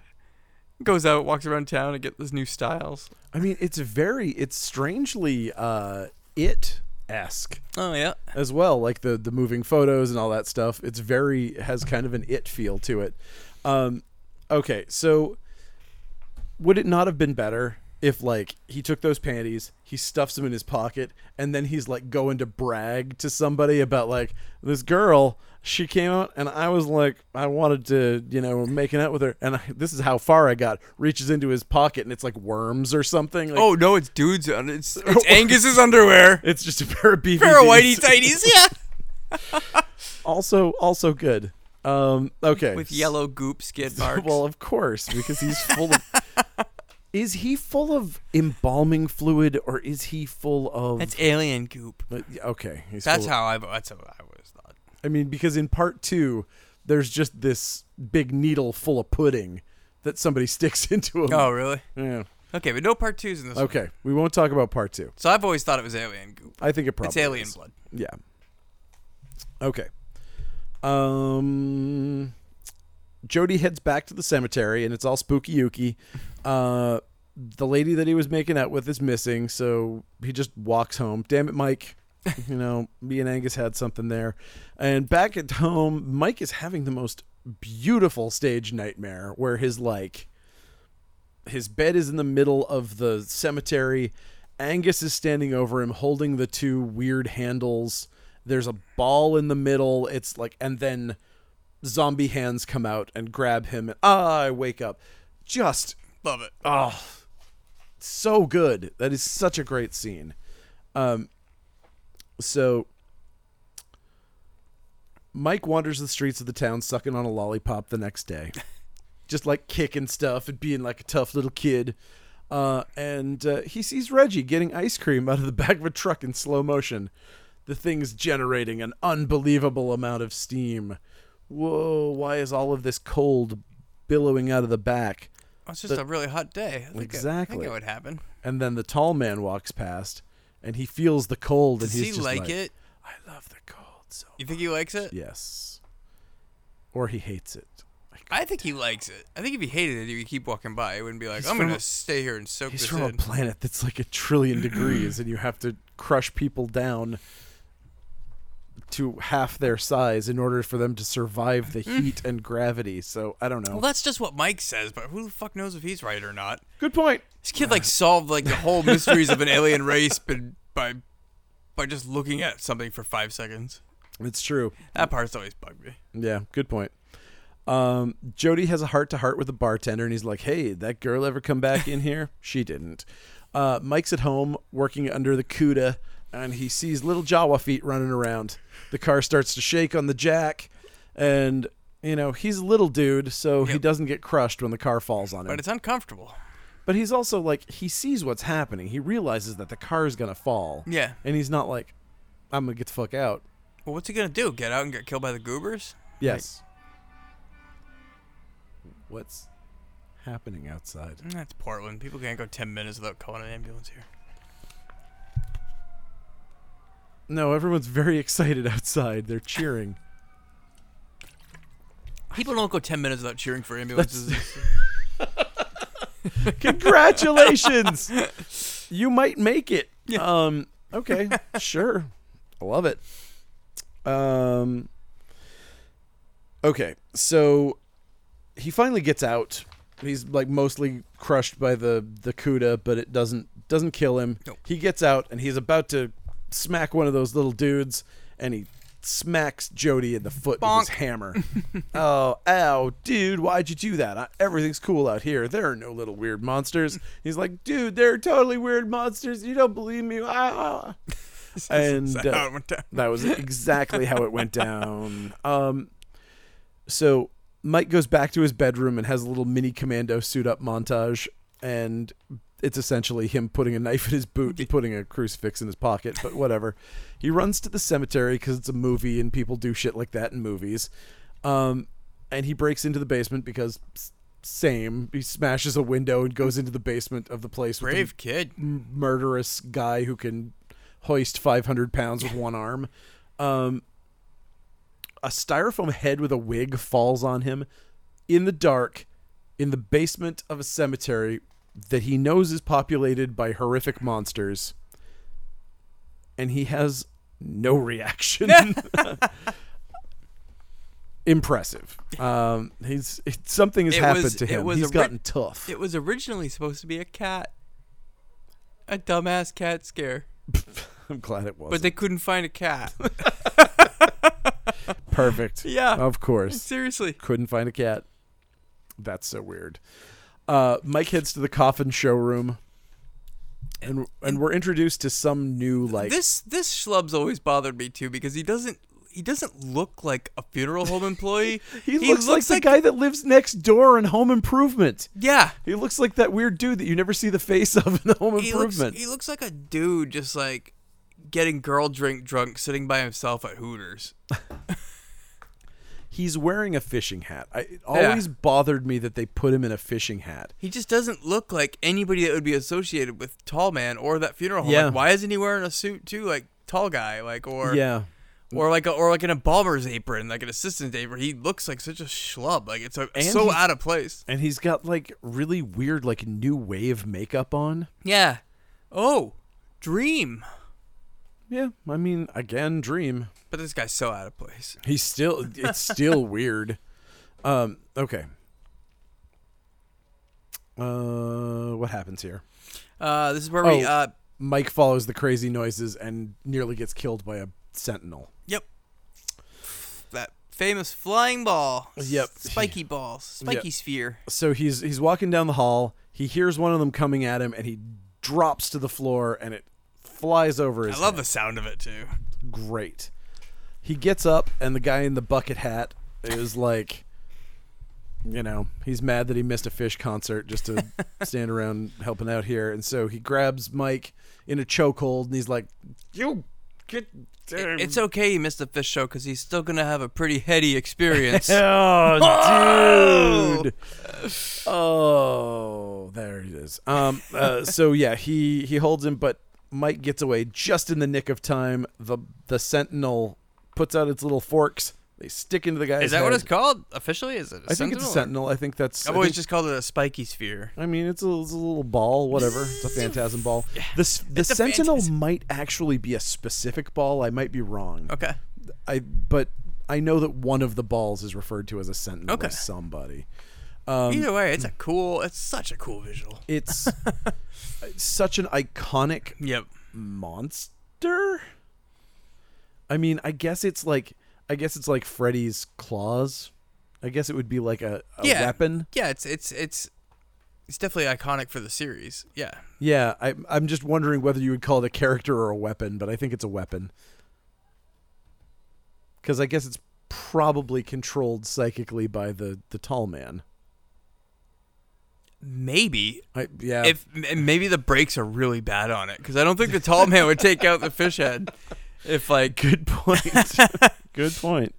S2: goes out, walks around town and get those new styles.
S1: I mean, it's very, it's strangely uh, it esque.
S2: Oh yeah.
S1: as well, like the the moving photos and all that stuff. It's very has kind of an it feel to it. Um, okay, so would it not have been better if like he took those panties, he stuffs them in his pocket, and then he's like going to brag to somebody about like this girl. She came out and I was like, I wanted to, you know, making out with her, and I, this is how far I got. Reaches into his pocket and it's like worms or something. Like,
S2: Oh no, it's dudes on it's it's Angus's underwear.
S1: it's just a pair of BBs.
S2: Pair of whitey tighties, yeah.
S1: Also, also good. Um, okay,
S2: With yellow goop skid marks.
S1: Well, of course, because he's full of. is he full of embalming fluid or is he full of?
S2: That's alien goop.
S1: But- okay, he's
S2: That's
S1: full
S2: how I that's how I was thought.
S1: Of, I mean, because in part two, there's just this big needle full of pudding that somebody sticks into him.
S2: Oh really?
S1: Yeah.
S2: Okay, but no part twos in this one.
S1: Okay, we won't talk about part two.
S2: So I've always thought it was alien goop.
S1: I think it probably
S2: It's alien
S1: is.
S2: blood.
S1: Yeah. Okay. Um Jody heads back to the cemetery and it's all spooky ooky. Uh the lady that he was making out with is missing, so he just walks home. Damn it, Mike. You know, me and Angus had something there. And back at home, Mike is having the most beautiful stage nightmare where his like his bed is in the middle of the cemetery. Angus is standing over him holding the two weird handles. There's a ball in the middle. It's like and then zombie hands come out and grab him and ah, I wake up. Just
S2: Love it.
S1: oh so good. That is such a great scene. Um so Mike wanders the streets of the town sucking on a lollipop the next day. Just like kicking stuff and being like a tough little kid. Uh, and uh, he sees Reggie getting ice cream out of the back of a truck in slow motion. The thing's generating an unbelievable amount of steam. Whoa, why is all of this cold billowing out of the back?
S2: It's just a really hot day. I think I, I
S1: Exactly.
S2: think it would happen.
S1: And then the tall man walks past and he feels the cold
S2: Does
S1: and he's
S2: he
S1: just
S2: like, it?
S1: I love the cold so
S2: You think he likes it?
S1: Yes. Or he hates it. Like,
S2: I think he likes it. I think if he hated it, he would keep walking by. He wouldn't be like,
S1: He's
S2: "I'm
S1: from
S2: gonna
S1: a-
S2: stay here and soak
S1: He's
S2: this
S1: from a
S2: in."
S1: planet that's like a trillion degrees, and you have to crush people down to half their size in order for them to survive the heat and gravity. So I don't
S2: Well,
S1: know.
S2: that's just what Mike says, but who the fuck knows if he's right or not?
S1: Good point.
S2: This kid like solved like the whole mysteries of an alien race, but by by just looking at something for five seconds.
S1: It's true.
S2: That part's always bugged me.
S1: Yeah, good point. Um, Jody has a heart to heart with the bartender, and he's like, "Hey, that girl ever come back in here? She didn't." Uh, Mike's at home working under the CUDA, and he sees little Jawa feet running around. The car starts to shake on the jack, and you know he's a little dude, so he doesn't get crushed when the car falls on him.
S2: But it's uncomfortable.
S1: But he's also like he sees what's happening. He realizes that the car is gonna fall.
S2: Yeah.
S1: And he's not like, I'm gonna get the fuck out.
S2: Well, what's he gonna do? Get out and get killed by the goobers?
S1: Yes. What's happening outside?
S2: Mm, That's Portland. People can't go ten minutes without calling an ambulance here.
S1: No, everyone's very excited outside. They're cheering.
S2: People don't go ten minutes without cheering for ambulances.
S1: Congratulations! you might make it. Um okay, sure. I love it. Um Okay, so he finally gets out. He's like mostly crushed by the the CUDA, but it doesn't doesn't kill him.
S2: Nope.
S1: He gets out and he's about to smack one of those little dudes and he smacks Jody in the foot with his hammer. oh, ow, dude, why'd you do that? I, everything's cool out here. There are no little weird monsters. He's like, dude, there are totally weird monsters. You don't believe me. Ah. and
S2: That's
S1: uh,
S2: how it went down.
S1: that was exactly how it went down. Um, so Mike goes back to his bedroom and has a little mini commando suit up montage, and it's essentially him putting a knife in his boot and putting a crucifix in his pocket. But whatever, he runs to the cemetery because it's a movie and people do shit like that in movies. Um, and he breaks into the basement because s- same, he smashes a window and goes into the basement of the place. with the
S2: Brave kid.
S1: m- murderous guy who can hoist 500 pounds with one arm. Um, a styrofoam head with a wig falls on him in the dark in the basement of a cemetery that he knows is populated by horrific monsters. And he has no reaction. Impressive. Um, he's it, something has
S2: It
S1: happened
S2: was-
S1: to
S2: it
S1: him.
S2: was
S1: He's
S2: a ri-
S1: gotten tough.
S2: It was originally supposed to be a cat. A dumbass cat scare.
S1: I'm glad it was.
S2: But they couldn't find a cat.
S1: Perfect.
S2: Yeah.
S1: Of course.
S2: Seriously.
S1: Couldn't find a cat. That's so weird. Uh, Mike heads to the coffin showroom, and and we're introduced to some new like.
S2: This this schlub's always bothered me too because he doesn't he doesn't look like a funeral home employee.
S1: he, looks, like the guy that lives next door in Home Improvement.
S2: Yeah.
S1: He looks like that weird dude that you never see the face of in Home
S2: He looks,
S1: Improvement.
S2: he looks like a dude just like getting girl drink drunk sitting by himself at Hooters.
S1: He's wearing a fishing hat. I, it always bothered me that they put him in a fishing hat.
S2: He just doesn't look like anybody that would be associated with Tall Man or that funeral home.
S1: Yeah.
S2: Like, why isn't he wearing a suit too, like Tall Guy, like or
S1: yeah,
S2: or like a, or like an a bomber's apron, like an assistant apron? He looks like such a schlub. Like it's uh so
S1: he's-
S2: out of place.
S1: and he's got like really weird like new wave makeup on.
S2: Yeah. Oh, Dream.
S1: Yeah, I mean, again, dream.
S2: But this guy's so out of place.
S1: He's still it's still weird. Um okay. Uh what happens here?
S2: Uh, this is where
S1: Oh.
S2: we. Uh,
S1: Mike follows the crazy noises and nearly gets killed by a sentinel.
S2: yep. That famous flying ball. S-
S1: Yep.
S2: Spiky ball. Spiky sphere.
S1: So he's he's walking down the hall, he hears one of them coming at him and he drops to the floor and it flies over his
S2: I love
S1: head.
S2: the sound of it too.
S1: great. He gets up, and the guy in the bucket hat is like, you know, he's mad that he missed a fish concert just to stand around helping out here. And so he grabs Mike in a chokehold, and he's like, "You get damn."
S2: It's okay you missed the fish show because he's still gonna have a pretty heady experience.
S1: Oh, dude. Oh, there it is. Um, uh, so yeah, he he holds him, but Mike gets away just in the nick of time. The the Sentinel puts out its little forks. They stick into the guy's.
S2: Is that what
S1: head.
S2: it's called officially? Is it? I
S1: I think it's a Sentinel. I think that's.
S2: I've
S1: I
S2: always
S1: think-
S2: just called it a spiky sphere.
S1: I mean, it's a, it's a little ball, whatever. It's a phantasm ball. The, s- the
S2: It's a
S1: Sentinel
S2: phantasm.
S1: might actually be a specific ball. I might be wrong.
S2: Okay.
S1: I but I know that one of the balls is referred to as a sentinel by
S2: Okay.
S1: somebody.
S2: Either way, it's a cool. It's such a cool visual.
S1: It's such an iconic
S2: Yep.
S1: monster. I mean, I guess it's like I guess it's like Freddy's claws. I guess it would be like a, a
S2: Yeah.
S1: weapon.
S2: Yeah, it's it's it's it's definitely iconic for the series. Yeah.
S1: Yeah, I, I'm just wondering whether you would call it a character or a weapon, but I think it's a weapon. Because I guess it's probably controlled psychically by the the tall man.
S2: Maybe
S1: I, yeah,
S2: if m- maybe the brakes are really bad on it because I don't think the tall man would take out the fish head. If like
S1: good point. good point.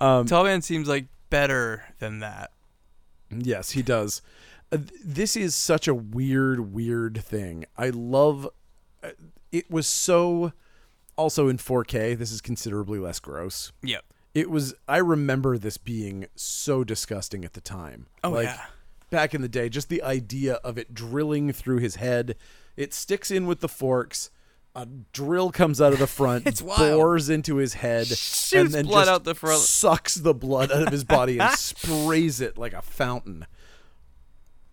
S2: tall man seems like better than that.
S1: Yes, he does. Uh, th- this is such a weird, weird thing. I love. uh, It was so. Also in 4K, this is considerably less gross.
S2: Yep.
S1: It was. I remember this being so disgusting at the time.
S2: Oh,
S1: like,
S2: yeah.
S1: Back in the day, just the idea of it drilling through his head. It sticks in with the forks. A drill comes out of the front,
S2: It's wild.
S1: bores into his head,
S2: Shoots
S1: and then
S2: blood
S1: just
S2: out the front.
S1: sucks the blood out of his body and sprays it like a fountain.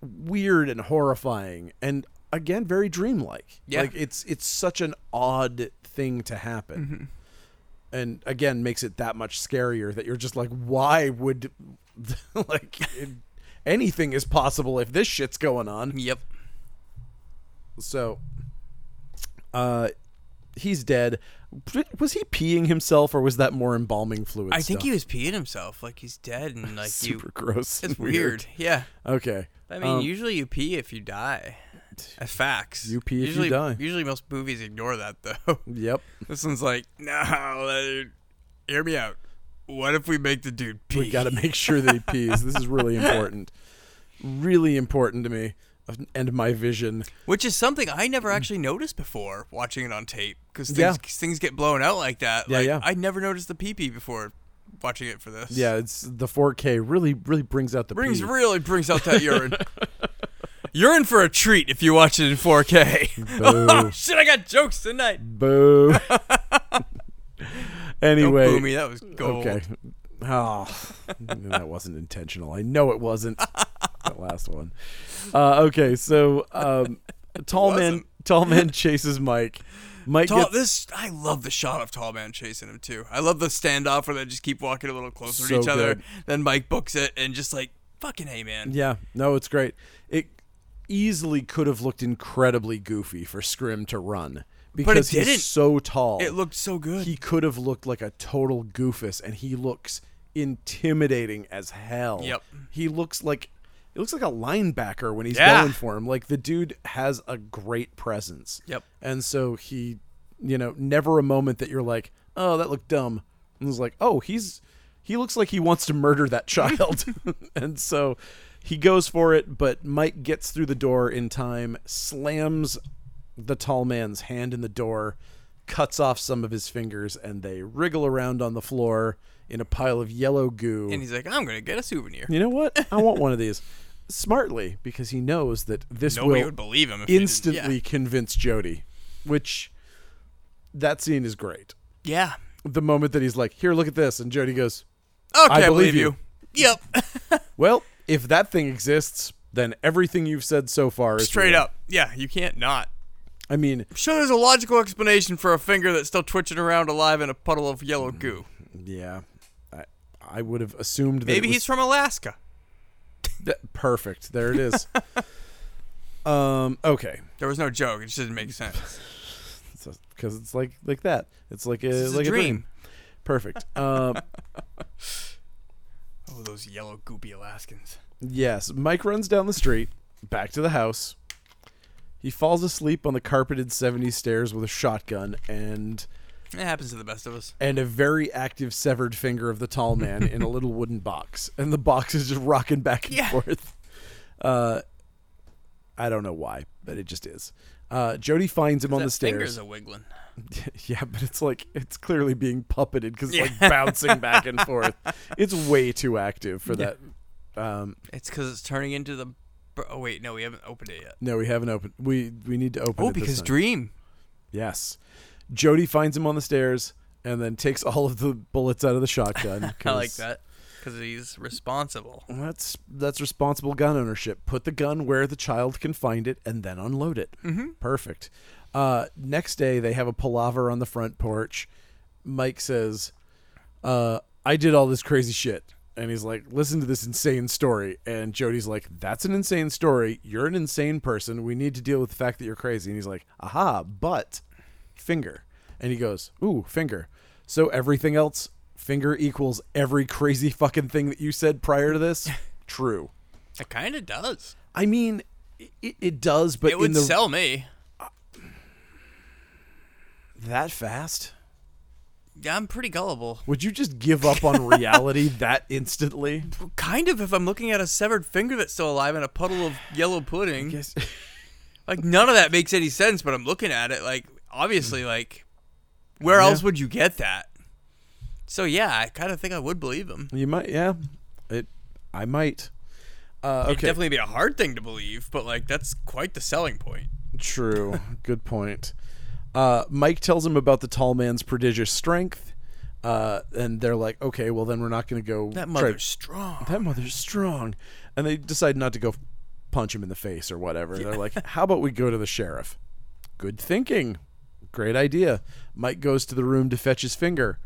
S1: Weird and horrifying, and again very dreamlike.
S2: Yeah.
S1: Like it's it's such an odd thing to happen. And again, makes it that much scarier that you're just like, why would, like, it- anything is possible if this shit's going on.
S2: Yep.
S1: So, uh, he's dead. Was he peeing himself, or was that more embalming fluid?
S2: I
S1: stuff?
S2: think he was peeing himself. Like he's dead and like
S1: super
S2: you.
S1: gross.
S2: It's
S1: and
S2: weird. Yeah.
S1: Okay.
S2: I mean, usually you pee if you die. That's facts.
S1: You pee if you
S2: usually,
S1: die.
S2: Usually most movies ignore that though.
S1: Yep.
S2: This one's like, no, Leonard, hear me out. What if we make the dude pee?
S1: We got to make sure that he pees. This is really important. Really important to me and my vision.
S2: Which is something I never actually noticed before watching it on tape because things,
S1: Mm. Yeah.
S2: 'cause things get blown out like that.
S1: Yeah,
S2: like,
S1: yeah.
S2: I never noticed the pee pee before watching it for this.
S1: Yeah, it's the 4K really really brings out the
S2: Brings,
S1: pee.
S2: really brings out that urine. You're in for a treat if you watch it in 4K. oh, shit, I got jokes tonight.
S1: Boo.
S2: Don't
S1: anyway.
S2: boo me. That was gold.
S1: Okay. Oh,
S2: Ah.
S1: that wasn't intentional. I know it wasn't. That last one. Uh, okay, so um, tall man,
S2: wasn't.
S1: tall man chases Mike. Mike
S2: Tall,
S1: gets
S2: this I love the shot of Tall Man chasing him too. I love the standoff where they just keep walking a little closer
S1: So
S2: to each other.
S1: good.
S2: Then Mike books it and just like fucking hey man.
S1: Yeah, no, it's great. It easily could have looked incredibly goofy for Scrim to run because he's
S2: didn't.
S1: so tall.
S2: It looked so good.
S1: he could have looked like a total goofus, and he looks intimidating as hell.
S2: Yep.
S1: he looks like he looks like a linebacker when he's
S2: Yeah.
S1: going for him. Like the dude has a great presence.
S2: Yep.
S1: and so he, you know, never a moment that you're like, oh, that looked dumb. And it's like, oh, he's he looks like he wants to murder that child. and so he goes for it, but Mike gets through the door in time, slams the tall man's hand in the door, cuts off some of his fingers, and they wriggle around on the floor in a pile of yellow goo.
S2: and he's like, I'm gonna get a souvenir.
S1: you know what? I want one of these. Smartly, because he knows that this
S2: Nobody
S1: will
S2: would believe him if he didn't-
S1: instantly convince Jody, which that scene is great.
S2: Yeah.
S1: The moment that he's like, "Here, look at this," and Jody goes,
S2: yeah. Okay, I
S1: believe
S2: believe,
S1: you.
S2: you. Yep.
S1: "Well, if that thing exists, then everything you've said so far is
S2: Straight
S1: real."
S2: up. Yeah, you can't not.
S1: I mean,
S2: Sure, there's a logical explanation for a finger that's still twitching around alive in a puddle of yellow goo.
S1: yeah, I, I would have assumed that
S2: Maybe
S1: it was
S2: he's from Alaska.
S1: th- perfect. There it is. um. Okay.
S2: There was no joke. It just didn't make sense.
S1: Because it's like like that. It's like a
S2: It's
S1: like
S2: a
S1: dream.
S2: dream.
S1: Perfect. Um.
S2: Oh, those yellow goopy Alaskans.
S1: Yes, Mike runs down the street, back to the house. He falls asleep on the carpeted 70s stairs with a shotgun and
S2: It happens to the best of us.
S1: and a very active severed finger of the tall man in a little wooden box. And the box is just rocking back and
S2: Yeah.
S1: forth. Uh I don't know why, but it just is. Uh, Jody finds him on the
S2: That
S1: stairs.
S2: Fingers are wiggling.
S1: yeah, but it's like it's clearly being puppeted because it's like
S2: Yeah.
S1: bouncing back and forth. It's way too active for that. Um,
S2: It's because it's turning into the. br- Oh wait, no, we haven't opened it yet.
S1: no, we haven't opened. We we need to open.
S2: Oh,
S1: it this
S2: because
S1: time.
S2: Dream.
S1: Yes. Jody finds him on the stairs and then takes all of the bullets out of the shotgun.
S2: I like
S1: 'cause
S2: that because he's responsible.
S1: That's that's responsible gun ownership. Put the gun where the child can find it and then
S2: Mm-hmm.
S1: unload it. Perfect. Uh, next day they have a palaver on the front porch. Mike says, uh, I did all this crazy shit. And he's like, listen to this insane story. And Jody's like, that's an insane story. You're an insane person. We need to deal with the fact that you're crazy. And he's like, aha, but finger. And he goes, ooh, finger. So everything else, finger equals every crazy fucking thing that you said prior to this? True.
S2: It kind of does.
S1: I mean, it, it does, but
S2: It
S1: in
S2: would
S1: the
S2: sell me.
S1: that fast,
S2: Yeah, I'm pretty gullible.
S1: would you just give up on reality that instantly?
S2: Kind of if I'm looking at a severed finger that's still alive and a puddle of yellow pudding.
S1: Yes.
S2: Like none of that makes any sense, but I'm looking at it like obviously like where else would you get that? So yeah, I kind of think I would believe him.
S1: You might, yeah. It, I might. Uh,
S2: It'd
S1: okay,
S2: definitely be a hard thing to believe, but like that's quite the selling point.
S1: true. Good point. Uh, Mike tells him about the tall man's prodigious strength, uh, and they're like, "Okay, well then we're not going to go."
S2: That
S1: try-
S2: mother's strong.
S1: that mother's strong, and they decide not to go f- punch him in the face or whatever. They're like, "How about we go to the sheriff?" Good thinking, great idea. Mike goes to the room to fetch his finger.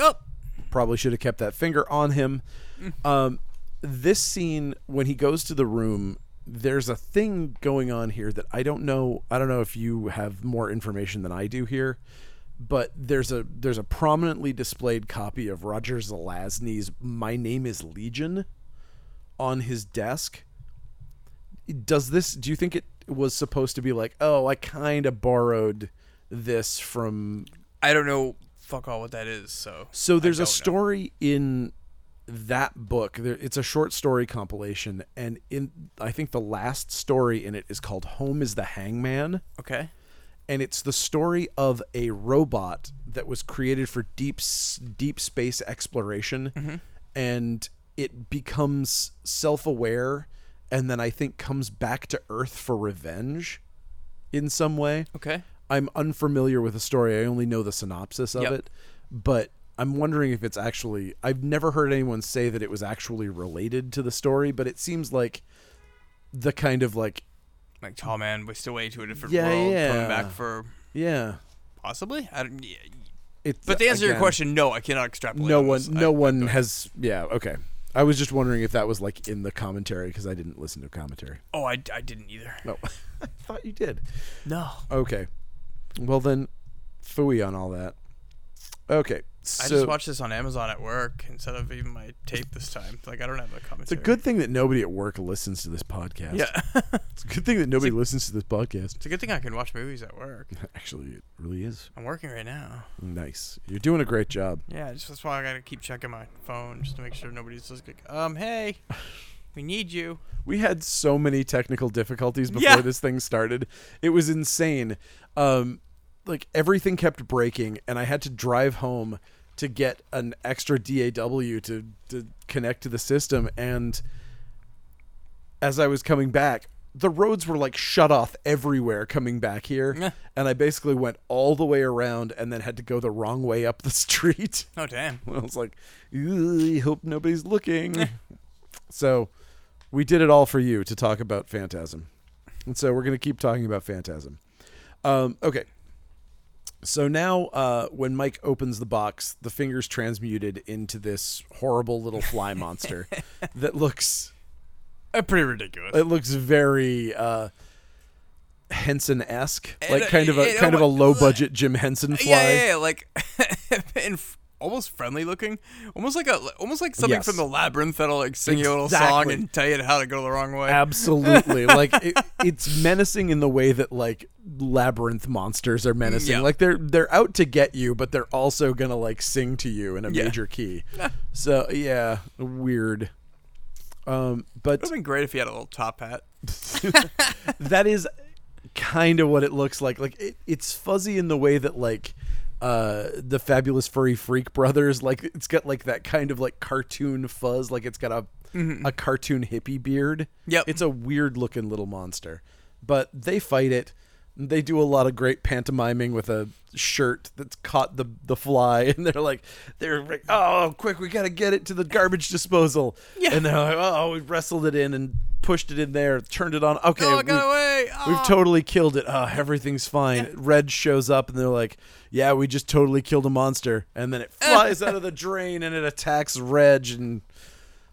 S2: Oh,
S1: probably should have kept that finger on him. Um, this scene when he goes to the room, there's a thing going on here that I don't know. I don't know if you have more information than I do here, but there's a there's a prominently displayed copy of Roger Zelazny's "My Name Is Legion" on his desk. Does this? Do you think it was supposed to be like, oh, I kind of borrowed this from
S2: I don't know fuck all what that is, so
S1: so there's
S2: don't
S1: a
S2: know.
S1: story in that book. There, it's a short story compilation, and in I think the last story in it is called "Home Is the Hangman,"
S2: Okay.
S1: and it's the story of a robot that was created for deep s- deep space exploration,
S2: Mm-hmm.
S1: and it becomes self aware, and then I think comes back to Earth for revenge, in some way.
S2: Okay.
S1: I'm unfamiliar with the story. I only know the synopsis of
S2: Yep.
S1: it, but I'm wondering if it's actually. I've never heard anyone say that it was actually related to the story, but it seems like the kind of like
S2: Like tall man whisked away to a different
S1: Yeah,
S2: world, coming
S1: yeah.
S2: back for
S1: yeah.
S2: possibly. I don't. Yeah.
S1: It,
S2: But to answer your
S1: again,
S2: question, no, I cannot extrapolate.
S1: no
S2: on
S1: one,
S2: this. I-
S1: no one has. Yeah, okay. I was just wondering if that was like in the commentary because I didn't listen to commentary.
S2: Oh, I, I didn't either.
S1: No, I thought you did.
S2: No.
S1: Okay, well then, fooey on all that. Okay, so
S2: I just watched this on Amazon at work instead of even my tape this time. Like I don't have a
S1: it's a
S2: commentary.
S1: good thing that nobody at work listens to this podcast.
S2: Yeah.
S1: It's a good thing that nobody listens to this podcast.
S2: it's a good thing I can watch movies at work.
S1: Actually, it really is
S2: I'm working right now.
S1: nice. You're doing a great job.
S2: Yeah, just that's why I gotta keep checking my phone just to make sure nobody's just like, um, hey, we need you.
S1: We had so many technical difficulties before
S2: Yeah.
S1: this thing started. It was insane. Um, like everything kept breaking, and I had to drive home to get an extra DAW to to connect to the system. And as I was coming back, the roads were like shut off everywhere coming back here,
S2: Yeah.
S1: and I basically went all the way around and then had to go the wrong way up the street.
S2: Oh damn.
S1: I was like, "Ew, I hope nobody's looking. so we did it all for you to talk about Phantasm. And so we're going to keep talking about Phantasm. Um, okay. So now, uh, when Mike opens the box, the finger's transmuted into this horrible little fly monster that looks
S2: Uh, pretty ridiculous.
S1: it looks very uh, Henson esque,
S2: And,
S1: like kind of a
S2: uh, it
S1: kind of a
S2: almo-
S1: low budget Jim Henson fly.
S2: yeah, yeah, yeah, like and f- almost friendly looking, almost like a almost like something
S1: Yes.
S2: from the labyrinth that'll like sing you a little song
S1: Exactly.
S2: and tell you how to go the wrong way.
S1: Absolutely. like it, it's menacing in the way that like labyrinth monsters are menacing.
S2: Yeah.
S1: Like they're they're out to get you, but they're also going to like sing to you in a
S2: Yeah.
S1: major key. so, yeah, weird. Um but
S2: Would have been great if he had a little top hat.
S1: that is kind of what it looks like. Like it, it's fuzzy in the way that like uh the fabulous furry freak brothers like it's got like that kind of like cartoon fuzz like it's got a a cartoon hippie beard
S2: Mm-hmm. Yep.
S1: it's a weird looking little monster but they fight it they do a lot of great pantomiming with a shirt that's caught the the fly and they're like they're like oh quick we gotta get it to the garbage disposal
S2: Yeah.
S1: and they're like oh we wrestled it in and pushed it in there, turned it Ah. on. Okay,
S2: oh, I
S1: we-
S2: got away. Oh.
S1: We've totally killed it. Oh, everything's fine. Red shows up and they're like, "Yeah, we just totally killed a monster." And then it flies out of the drain and it attacks Reg and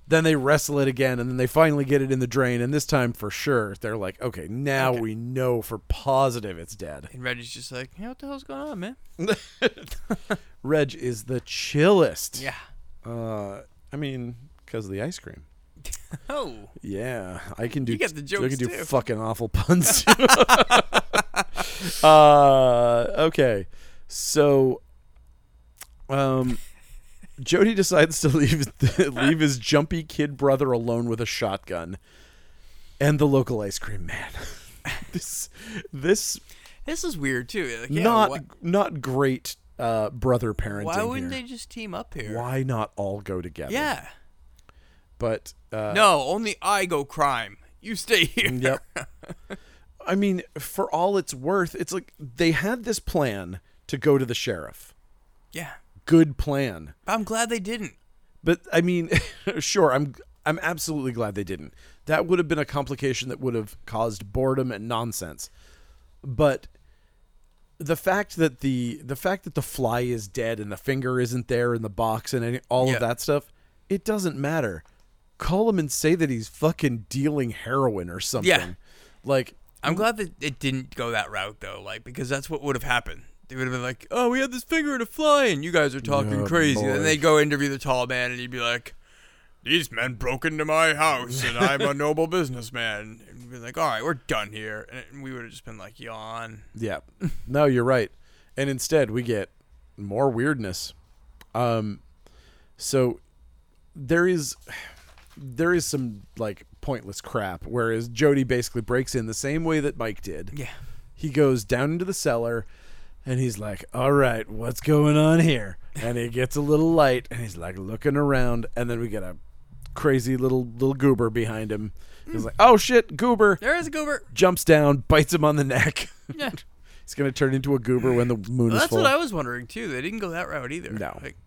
S1: then they wrestle it again and then they finally get it in the drain and this time for sure they're like, "Okay, now we know for positive it's dead."
S2: and Reggie's just like, yeah, what the hell's going on, man?
S1: Reg is the chillest.
S2: Yeah.
S1: Uh, I mean, cuz of the ice cream.
S2: Oh.
S1: Yeah, I can do.
S2: You get the
S1: I
S2: jokes,
S1: can do
S2: too.
S1: fucking awful puns too. uh, okay, so, um, Jody decides to leave leave his jumpy kid brother alone with a shotgun, and the local ice cream man. this this
S2: This is weird too. Like, yeah,
S1: not
S2: why,
S1: not great uh, brother parenting.
S2: why wouldn't
S1: here.
S2: they just team up here?
S1: Why not all go together?
S2: Yeah.
S1: but uh,
S2: no, only I go crime. You stay here.
S1: Yep. I mean, for all it's worth, it's like they had this plan to go to the sheriff.
S2: Yeah.
S1: Good plan.
S2: I'm glad they didn't.
S1: But I mean, sure, I'm I'm absolutely glad they didn't. That would have been a complication that would have caused boredom and nonsense. But the fact that the the fact that the fly is dead and the finger isn't there in the box and any, all
S2: Yeah.
S1: of that stuff, it doesn't matter. Call him and say that he's fucking dealing heroin or something. Like
S2: I'm glad that it didn't go that route though, like because that's what would have happened. They would have been like, "Oh, we had this finger in a fly, and you guys are talking
S1: Oh,
S2: crazy."
S1: boy.
S2: Then they go interview the tall man, and he'd be like, "These men broke into my house, and I'm a noble businessman." And we'd be like, "All right, we're done here," and it- we would have just been like, "Yawn."
S1: Yeah. No, you're right. And instead, we get more weirdness. Um so there is there is some like pointless crap whereas Jody basically breaks in the same way that Mike did.
S2: Yeah.
S1: He goes down into the cellar and he's like, "All right, what's going on here?" And he gets a little light and he's like looking around and then we get a crazy little little goober behind him. He's like, "Oh shit, goober."
S2: There is a goober.
S1: Jumps down, bites him on the neck.
S2: Yeah.
S1: It's gonna turn into a goober when the moon
S2: Well,
S1: is
S2: that's
S1: full.
S2: what I was wondering too. They didn't go that route either.
S1: No.
S2: Like,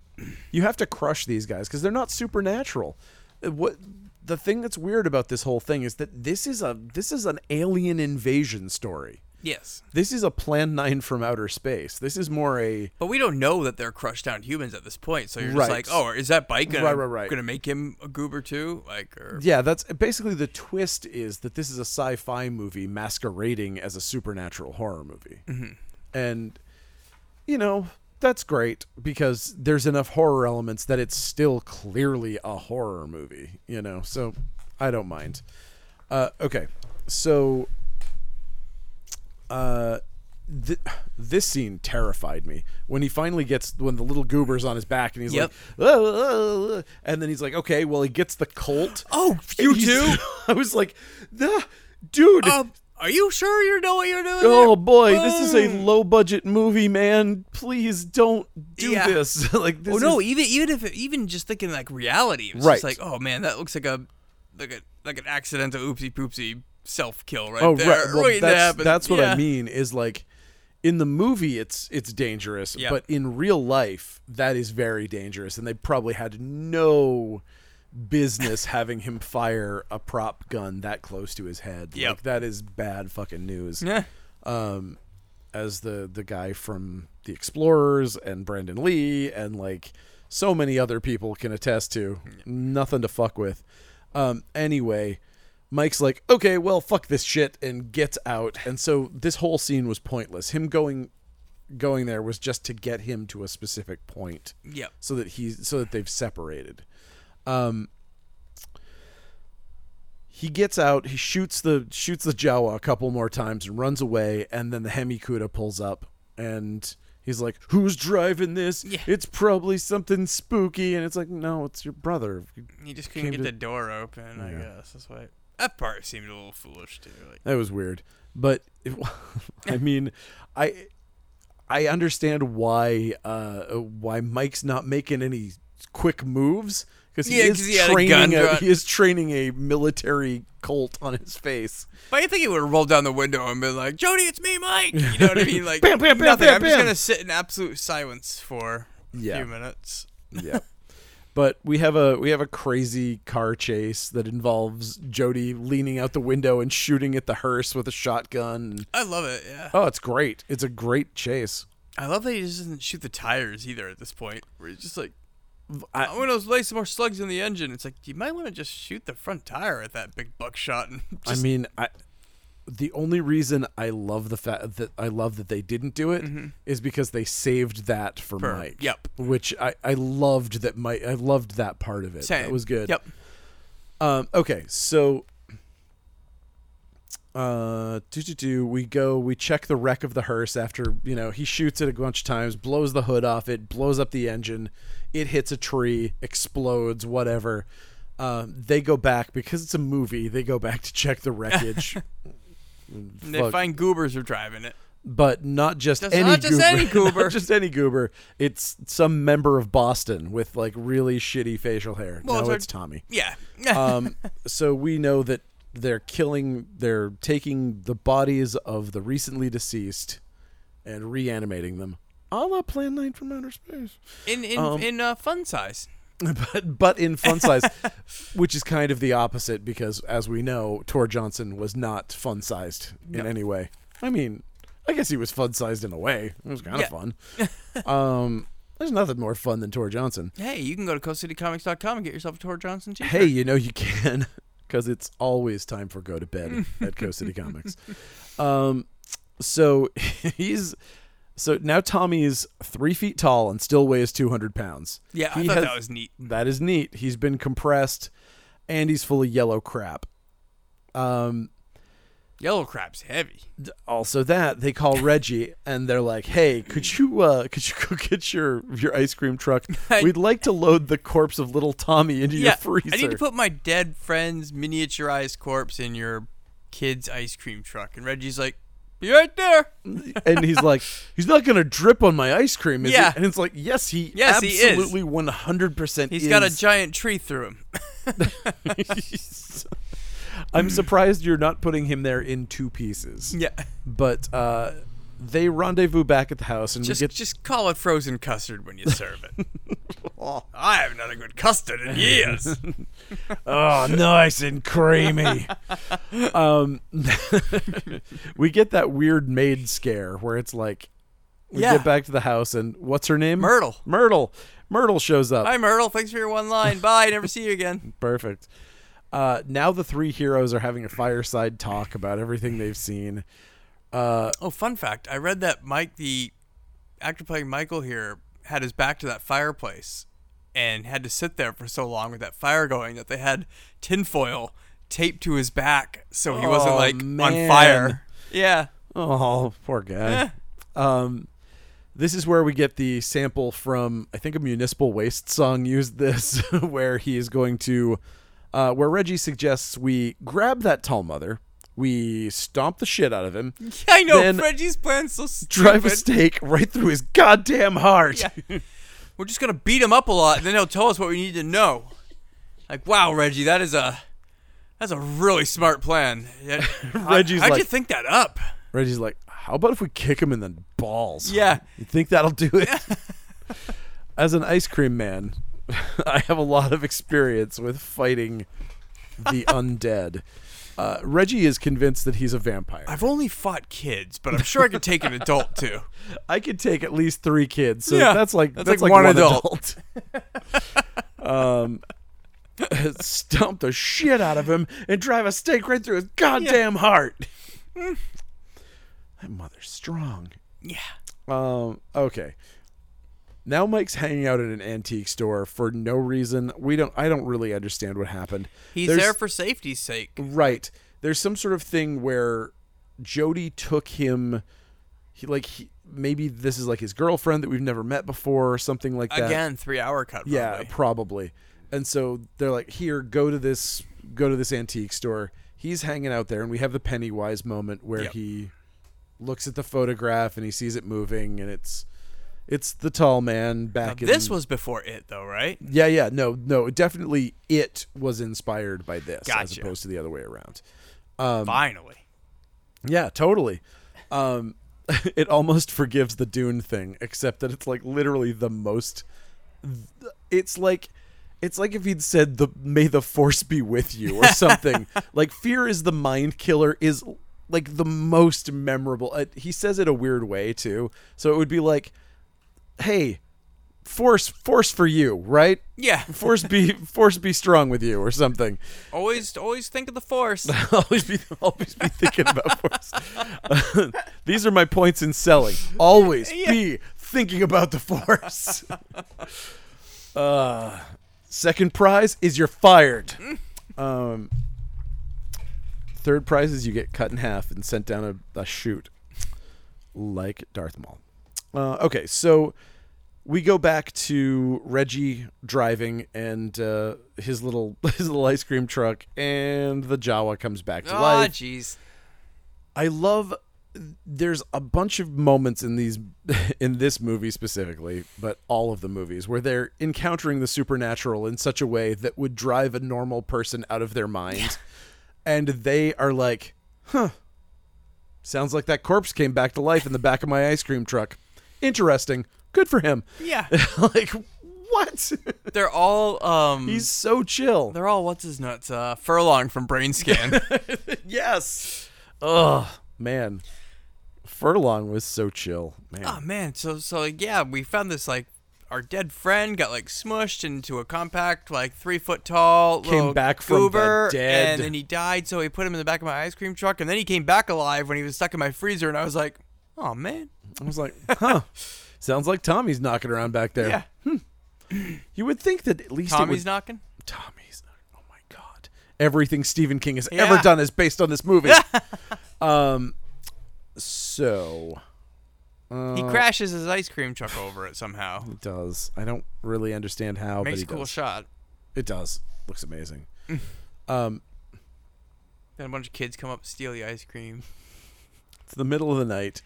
S1: you have to crush these guys because they're not supernatural. Uh, What the thing that's weird about this whole thing is that this is a this is an alien invasion story.
S2: yes,
S1: This is a Plan Nine from outer space. This is more a
S2: but we don't know that they're crushed down humans at this point. So you're
S1: Right.
S2: just like, "Oh, is that bike gonna,
S1: Right, right, right.
S2: gonna make him a goober too?" Like, or
S1: yeah. That's basically the twist is that this is a sci-fi movie masquerading as a supernatural horror movie,
S2: Mm-hmm.
S1: and you know that's great because there's enough horror elements that it's still clearly a horror movie. You know, so I don't mind. Uh, okay, so uh, th- this scene terrified me when he finally gets when the little goober's on his back and he's
S2: Yep.
S1: like, "Oh, oh, oh," and then he's like, okay, well he gets the Colt.
S2: Oh, you
S1: He's-
S2: do?
S1: I was like, "Nah, dude.
S2: Um, are you sure you know what you're doing?
S1: Oh
S2: there?
S1: boy, this is a
S2: Boom.
S1: low budget movie, man. Please don't do
S2: Yeah.
S1: this. like this
S2: Oh no,
S1: is-
S2: even even if even just thinking like reality, it's
S1: Right.
S2: just like oh man, that looks like a like a like an accidental oopsie poopsie self kill right
S1: oh
S2: there.
S1: right. Well,
S2: waiting to
S1: that's,
S2: happen.
S1: that's what
S2: Yeah.
S1: I mean is like in the movie it's it's dangerous,
S2: Yeah.
S1: but in real life that is very dangerous and they probably had no business having him fire a prop gun that close to his head.
S2: Yep.
S1: Like that is bad fucking news.
S2: Yeah.
S1: um, as the the guy from the Explorers and Brandon Lee and like so many other people can attest to. Nothing to fuck with. Um, anyway, Mike's like, okay, well, fuck this shit, and gets out. And so this whole scene was pointless. Him going going there was just to get him to a specific point
S2: Yep.
S1: so that he's so that they've separated. Um, he gets out, he shoots the shoots the Jawa a couple more times and runs away, and then the Hemikuda pulls up and he's like, "Who's driving this?
S2: Yeah.
S1: It's probably something spooky." And it's like, "No, it's your brother."
S2: You just
S1: Came
S2: couldn't get
S1: to-
S2: the door open. I guess that's why that part seemed a little foolish too. Like
S1: That was weird, but it, I mean, I I understand why uh, why Mike's not making any quick moves because he
S2: Yeah,
S1: is
S2: 'cause he had a gun
S1: training a,
S2: drawn.
S1: he is training a military cult on his face.
S2: But I think he would have rolled down the window and been like, "Jody, it's me, Mike." You know what I mean? Like
S1: Bam, bam, bam,
S2: nothing.
S1: bam,
S2: I'm just
S1: bam.
S2: gonna sit in absolute silence for a
S1: Yeah.
S2: few minutes.
S1: Yeah. But we have a we have a crazy car chase that involves Jody leaning out the window and shooting at the hearse with a shotgun.
S2: I love it. Yeah.
S1: Oh, it's great. It's a great chase.
S2: I love that he just doesn't shoot the tires either at this point. Where he's just like,
S1: I-
S2: I, want to lay some more slugs in the engine. It's like you might want to just shoot the front tire at that big buckshot and just
S1: I mean, I the only reason I love the fact that I love that they didn't do it is because they saved that for,
S2: For-
S1: Mike.
S2: Mm-hmm. yep.
S1: Which I I loved that Mike. I loved that part of it. That
S2: Same.
S1: was good.
S2: Yep.
S1: Um, okay, so uh do do do we go we check the wreck of the hearse after you know he shoots it a bunch of times blows the hood off it blows up the engine it hits a tree explodes whatever um they go back because it's a movie they go back to check the wreckage
S2: And they
S1: Fuck.
S2: find goobers are driving it.
S1: but not just
S2: Just-
S1: any
S2: not just
S1: goober,
S2: any goober.
S1: not just any goober it's some member of boston with like really shitty facial hair
S2: Well,
S1: no
S2: it's our-
S1: it's tommy
S2: Yeah.
S1: um, so we know that they're killing, they're taking the bodies of the recently deceased and reanimating them, a la Plan Nine from Outer Space,
S2: in in
S1: um,
S2: in uh, fun size.
S1: but but in fun size, which is kind of the opposite because, as we know, Tor Johnson was not fun sized in any way. I mean, I guess he was fun sized in a way. It was kind of
S2: Yeah.
S1: fun. um, there's nothing more fun than Tor Johnson.
S2: Hey, you can go to coastcitycomics.com and get yourself a Tor Johnson t
S1: hey, you know you can, because it's always time for go to bed at Coast City Comics. Um, so he's so now Tommy is three feet tall and still weighs two hundred pounds.
S2: Yeah, I
S1: He
S2: thought
S1: has-
S2: that was neat.
S1: That is neat. He's been compressed, and he's full of yellow crap. Um,
S2: Yellow crap's heavy.
S1: d- also that they call Reggie and they're like, "Hey, could you uh, could you go get your your ice cream truck? We'd like to load the corpse of little Tommy into your
S2: yeah,
S1: freezer."
S2: I need to put my dead friend's miniaturized corpse in your kid's ice cream truck. And Reggie's like, be right there.
S1: and he's like, he's not gonna drip on my ice cream, is
S2: Yeah.
S1: he? And it's like, yes, he
S2: Yes, he is.
S1: absolutely one hundred percent.
S2: He's got a giant tree through him.
S1: I'm surprised you're not putting him there in two pieces.
S2: yeah.
S1: But uh, they rendezvous back at the house, and
S2: Just
S1: we get
S2: just call it frozen custard when you serve it. I haven't had a good custard in years.
S1: oh, nice and creamy. um, we get that weird maid scare where it's like, we
S2: Yeah.
S1: get back to the house, and what's her name?
S2: Myrtle.
S1: Myrtle. Myrtle shows up.
S2: Hi, Myrtle. Thanks for your one line. Bye. Never see you again.
S1: Perfect. Uh, now the three heroes are having a fireside talk about everything they've seen.
S2: Oh, fun fact. I read that Mike, the actor playing Michael here, had his back to that fireplace and had to sit there for so long with that fire going that they had tinfoil taped to his back so he wasn't
S1: Oh,
S2: like
S1: man.
S2: on fire. Yeah.
S1: Oh, poor
S2: Eh.
S1: guy. um, this is where we get the sample from I think a municipal waste song used this, where he is going to, uh, where Reggie suggests we grab that tall mother, we stomp the shit out of him,
S2: I know.
S1: Then-
S2: Reggie's plan's so stupid.
S1: drive a stake right through his goddamn heart.
S2: Yeah. We're just gonna beat him up a lot, and then he'll tell us what we need to know. Like, wow, Reggie, that is a that's a really smart plan. Yeah,
S1: Reggie's
S2: how'd you
S1: like-
S2: think that up?
S1: Reggie's like, how about if we kick him in the balls?
S2: Yeah.
S1: You think that'll do it? As an ice cream man, I have a lot of experience with fighting the undead. Uh, Reggie is convinced that he's a vampire.
S2: I've only fought kids, but I'm sure I could take an adult too.
S1: I could take at least three kids, so
S2: Yeah,
S1: that's like that's,
S2: that's
S1: like, one,
S2: like one
S1: adult. um, stomp the shit out of him and drive a stake right through his goddamn heart. Mm. that mother's strong.
S2: Yeah.
S1: Um, okay. Now Mike's hanging out at an antique store for no reason. We don't I don't really understand what happened.
S2: He's
S1: There's-
S2: there for safety's sake.
S1: Right. There's some sort of thing where Jody took him he like he, maybe this is like his girlfriend that we've never met before or something like that.
S2: Again, three hour cut.
S1: Yeah,
S2: probably.
S1: probably. And so they're like, "Here, go to this, go to this antique store." He's hanging out there, and we have the Pennywise moment where
S2: Yep.
S1: he looks at the photograph and he sees it moving, and it's it's the tall man back in
S2: This was before it though, right?
S1: yeah, yeah, no, no, definitely it was inspired by this as
S2: Gotcha.
S1: opposed to the other way around. Um,
S2: Finally.
S1: Yeah, totally. Um, it almost forgives the Dune thing, except that it's like literally the most. It's like It's like if he'd said the may the force be with you or something. like fear is the mind killer is like the most memorable. Uh, he says it a weird way too. So it would be like hey, force force for you, right?
S2: Yeah.
S1: Force be force be strong with you or something.
S2: Always, always think of the force.
S1: always be always be thinking about force. These are my points in selling. Always be thinking about the force. Uh, second prize is you're fired. Um, third prize is you get cut in half and sent down a, a chute, like Darth Maul. Uh, okay, so we go back to Reggie driving and uh, his little his little ice cream truck, and the Jawa comes back to
S2: Oh,
S1: life.
S2: jeez.
S1: I love. There's a bunch of moments in these, in this movie specifically, but all of the movies where they're encountering the supernatural in such a way that would drive a normal person out of their mind, and they are like, "Huh, sounds like that corpse came back to life in the back of my ice cream truck. Interesting. Good for him."
S2: Yeah.
S1: like, what?
S2: They're all um.
S1: He's so chill.
S2: they're all what's his nuts. Uh, Furlong from Brain Scan.
S1: Yes. Ugh, man. Furlong was so chill, man.
S2: oh man. So so like, yeah, we found this like our dead friend got like smushed into a compact like three foot tall
S1: Came
S2: little
S1: back from the
S2: goober,
S1: dead.
S2: and then he died. So he put him in the back of my ice cream truck, and then he came back alive when he was stuck in my freezer, and I was like, oh man.
S1: I was like, huh. Sounds like Tommy's knocking around back there.
S2: Yeah.
S1: You would think that at least
S2: Tommy's
S1: it would...
S2: knocking.
S1: Tommy's. Oh my god. Everything Stephen King has ever
S2: Yeah.
S1: done is based on this movie. um so
S2: He
S1: uh,
S2: crashes his ice cream truck over it somehow.
S1: it does. I don't really understand how but
S2: Makes
S1: he
S2: a cool
S1: does.
S2: shot.
S1: it does. Looks amazing.
S2: Then a bunch of kids come up and steal the ice cream.
S1: It's the middle of the night.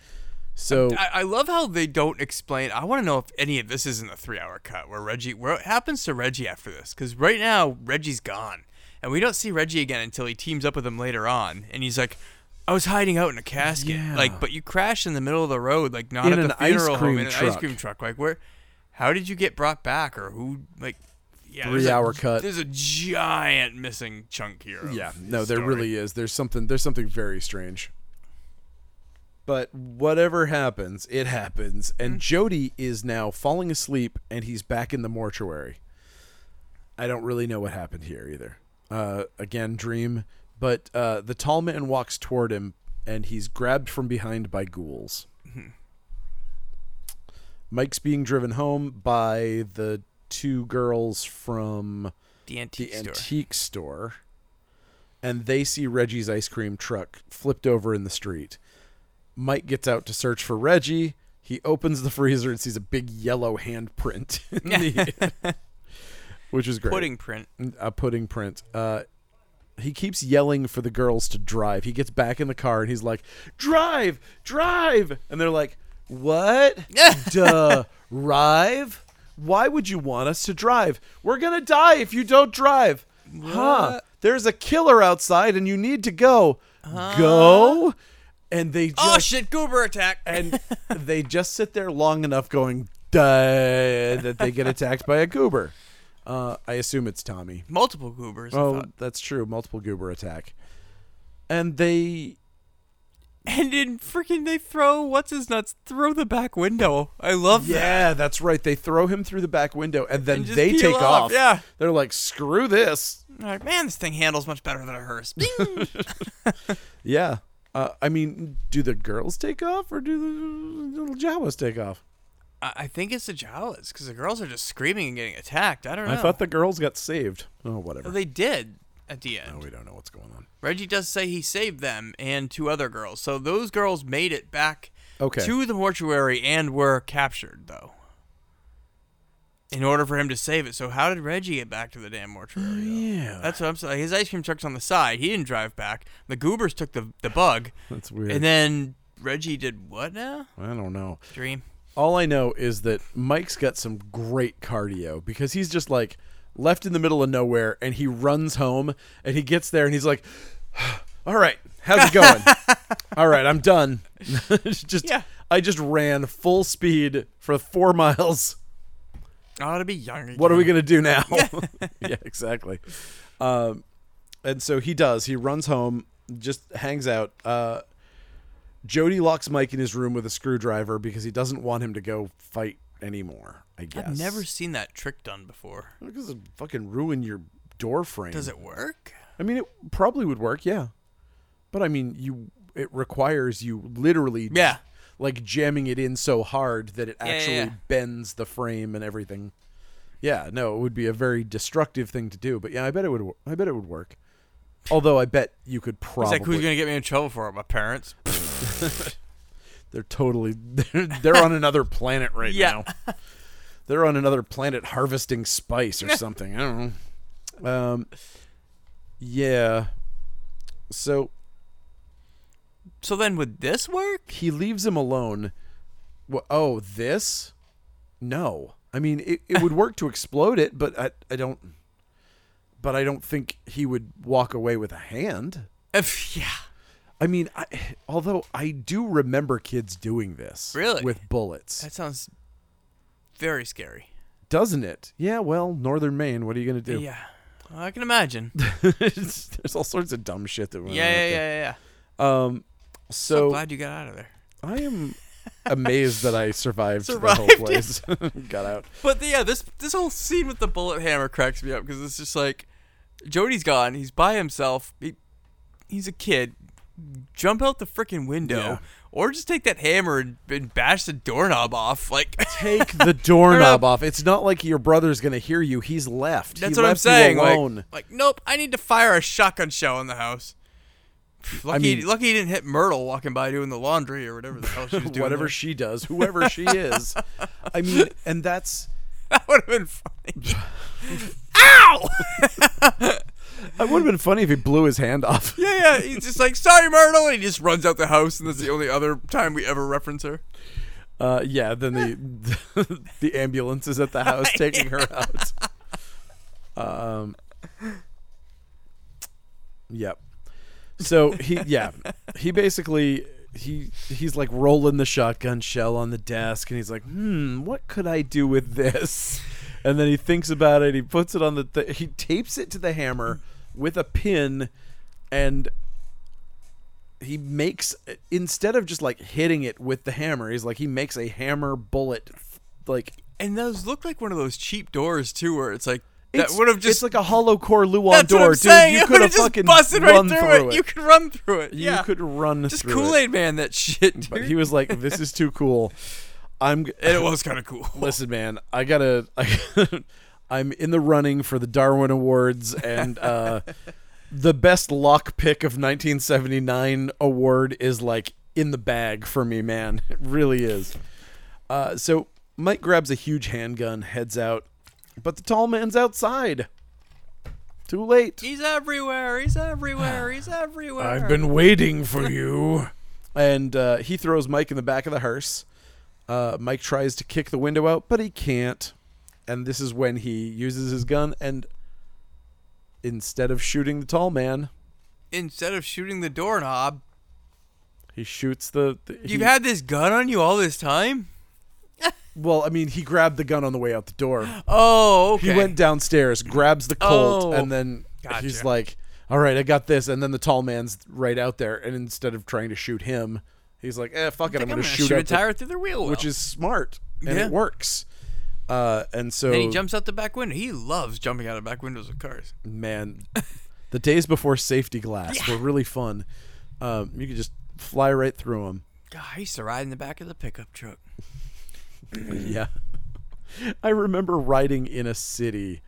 S1: So
S2: I, I love how they don't explain. I want to know if any of this is in the three-hour cut where Reggie. What happens to Reggie after this? Because right now Reggie's gone, and we don't see Reggie again until he teams up with him later on, and he's like, "I was hiding out in a casket."
S1: Yeah.
S2: Like, but you crashed in the middle of the road, like not
S1: In
S2: at
S1: an
S2: the
S1: ice
S2: funeral home
S1: cream
S2: in an ice
S1: truck.
S2: cream truck. Like, where? How did you get brought back, or who? Like, yeah, there's a-
S1: Three-hour cut.
S2: There's a giant missing chunk here. of
S1: yeah
S2: the
S1: no there
S2: story.
S1: really is there's something there's something very strange but whatever happens it happens and
S2: Mm.
S1: jody is now falling asleep and he's back in the mortuary i don't really know what happened here either uh, again dream but uh, the tall man walks toward him and he's grabbed from behind by ghouls
S2: Hmm.
S1: mike's being driven home by the two girls from
S2: the antique
S1: the
S2: store.
S1: antique store and they see Reggie's ice cream truck flipped over in the street. Mike gets out to search for Reggie. He opens the freezer and sees a big yellow handprint, in the- which is great.
S2: pudding print.
S1: A pudding print. Uh, he keeps yelling for the girls to drive. He gets back in the car and he's like, "Drive, drive!" And they're like, "What? drive? Why would you want us to drive? We're gonna die if you don't drive." Huh?
S2: What?
S1: There's a killer outside, and you need to go. Go. And they just
S2: Oh shit! Goober attack.
S1: and they just sit there long enough going duh that they get attacked by a goober. Uh, I assume it's Tommy.
S2: multiple goobers. I
S1: Oh,
S2: thought.
S1: that's true. Multiple goober attack. And they
S2: and then freaking they throw what's his nuts through the back window. I love that.
S1: yeah, that's right. They throw him through the back window and then
S2: And just
S1: they
S2: peel
S1: take
S2: off,
S1: off.
S2: yeah.
S1: They're like, "Screw this."
S2: I'm Like, man, this thing handles much better than a hearse. Bing!
S1: Yeah. Uh, I mean, do the girls take off or do the little Jawas take off?
S2: I I think it's the Jawas because the girls are just screaming and getting attacked. I don't know.
S1: I thought the girls got saved. Oh, whatever.
S2: they did at the end.
S1: we don't know what's going on.
S2: Reggie does say he saved them and two other girls. So those girls made it back
S1: Okay.
S2: to the mortuary and were captured though. In order for him to save it. So how did Reggie get back to the damn mortuary? though?
S1: Yeah.
S2: That's what I'm saying. His ice cream truck's on the side. He didn't drive back. The Goobers took the the bug,
S1: That's weird.
S2: and then Reggie did what now?
S1: I don't know.
S2: Dream.
S1: All I know is that Mike's got some great cardio because he's just like left in the middle of nowhere and he runs home and he gets there and he's like, "All right, how's it going? All right, I'm done." just
S2: Yeah.
S1: I just ran full speed for 4 miles.
S2: I ought to be young again.
S1: what are we going to do now? yeah, exactly. Um, and so he does. He runs home, just hangs out. Uh, Jody locks Mike in his room with a screwdriver because he doesn't want him to go fight anymore. I guess.
S2: I've never seen that trick done before.
S1: Because it fucking ruin your door frame.
S2: Does it work?
S1: I mean, it probably would work. Yeah, but I mean, you it requires you literally
S2: Yeah.
S1: like jamming it in so hard that it
S2: yeah,
S1: actually
S2: yeah.
S1: bends the frame and everything. Yeah, no, it would be a very destructive thing to do, but yeah, I bet it would. wo- I bet it would work. Although I bet you could
S2: It's
S1: probably.
S2: like who's gonna get me in trouble for it? My parents.
S1: they're totally. They're, they're on another planet right
S2: Yeah.
S1: now. They're on another planet harvesting spice or something. I don't know. Um, yeah. So
S2: So then, would this work?
S1: he leaves him alone. Wha oh, this? No. I mean, it, it would work to explode it, but I, I don't. But I don't think he would walk away with a hand.
S2: If, yeah.
S1: I mean, I, although I do remember kids doing this
S2: Really?
S1: with bullets,
S2: That sounds very scary.
S1: doesn't it? Yeah. Well, Northern Maine. What are you gonna do?
S2: Yeah. I can imagine. yeah,
S1: There's all sorts of dumb shit that. went on
S2: yeah, yeah,
S1: out there.
S2: yeah. yeah.
S1: Um.
S2: So
S1: So
S2: glad you got out of there.
S1: I am amazed that I survived, the
S2: Survived,
S1: whole place. Got out.
S2: But yeah, this this whole scene with the bullet hammer cracks me up because it's just like Jody's gone. He's by himself. He, he's a kid. Jump out the freaking window,
S1: Yeah.
S2: or just take that hammer and, and bash the doorknob off. Like
S1: take the doorknob off. It's not like your brother's gonna hear you. He's left.
S2: that's
S1: he
S2: what I'm
S1: left you
S2: saying.
S1: alone.
S2: Like, like, nope. I need to fire a shotgun shell in the house. Lucky,
S1: mean-
S2: lucky he didn't hit Myrtle walking by doing the laundry or whatever the hell she was doing.
S1: Whatever
S2: there.
S1: she does, whoever she is. I mean, and that's.
S2: that would have been funny. Ow!
S1: It would have been funny if he blew his hand off.
S2: Yeah, yeah. He's just like, sorry, Myrtle, and he just runs out the house, and that's the only other time we ever reference her.
S1: Uh, yeah, then the the ambulance is at the house taking her out. Um. Yep. So he yeah he basically he he's like rolling the shotgun shell on the desk and he's like hmm what could I do with this and then he thinks about it he puts it on the th- he tapes it to the hammer with a pin and he makes instead of just like hitting it with the hammer he's like he makes a hammer bullet like
S2: And those look like one of those cheap doors too, where it's like
S1: it's-
S2: that would have
S1: it's
S2: just
S1: like a hollow core Luon
S2: that's
S1: door
S2: what I'm
S1: dude
S2: saying.
S1: you
S2: it
S1: could
S2: would
S1: have
S2: have just
S1: fucking
S2: busted
S1: run
S2: right through,
S1: through
S2: it. You could run through it.
S1: You
S2: yeah,
S1: could run
S2: just
S1: through it.
S2: Kool Aid Man that shit, dude.
S1: But he was like, "This is too cool." I'm. g-
S2: and it was kind of cool.
S1: Listen, man, I gotta. I, I'm in the running for the Darwin Awards and uh, the best lock pick of 1979 award is like in the bag for me, man. It really is. Uh, so Mike grabs a huge handgun, heads out, but the tall man's outside. Too late.
S2: He's everywhere. He's everywhere. He's everywhere.
S1: I've been waiting for you. and uh, he throws Mike in the back of the hearse. Uh, Mike tries to kick the window out, but he can't. And this is when he uses his gun and instead of shooting the tall man,
S2: instead of shooting the doorknob.
S1: he shoots the. the he-
S2: You've had this gun on you all this time.
S1: well, I mean, he grabbed the gun on the way out the door.
S2: Oh, okay.
S1: He went downstairs, grabs the Colt,
S2: Oh,
S1: and then he's
S2: gotcha.
S1: like, "All right, I got this." And then the tall man's right out there, and instead of trying to shoot him, he's like, "Eh, fuck it, I'm,
S2: Like, I'm
S1: gonna,
S2: gonna
S1: shoot,
S2: shoot a
S1: out the-
S2: tire through the wheel well.
S1: which is smart and
S2: Yeah.
S1: it works. Uh, and so,
S2: And he jumps out the back window. He loves jumping out of back windows of cars.
S1: man, the days before safety glass were really fun. Um, you could just fly right through them.
S2: God, I used to ride in the back of the pickup truck.
S1: Yeah. I remember riding in a city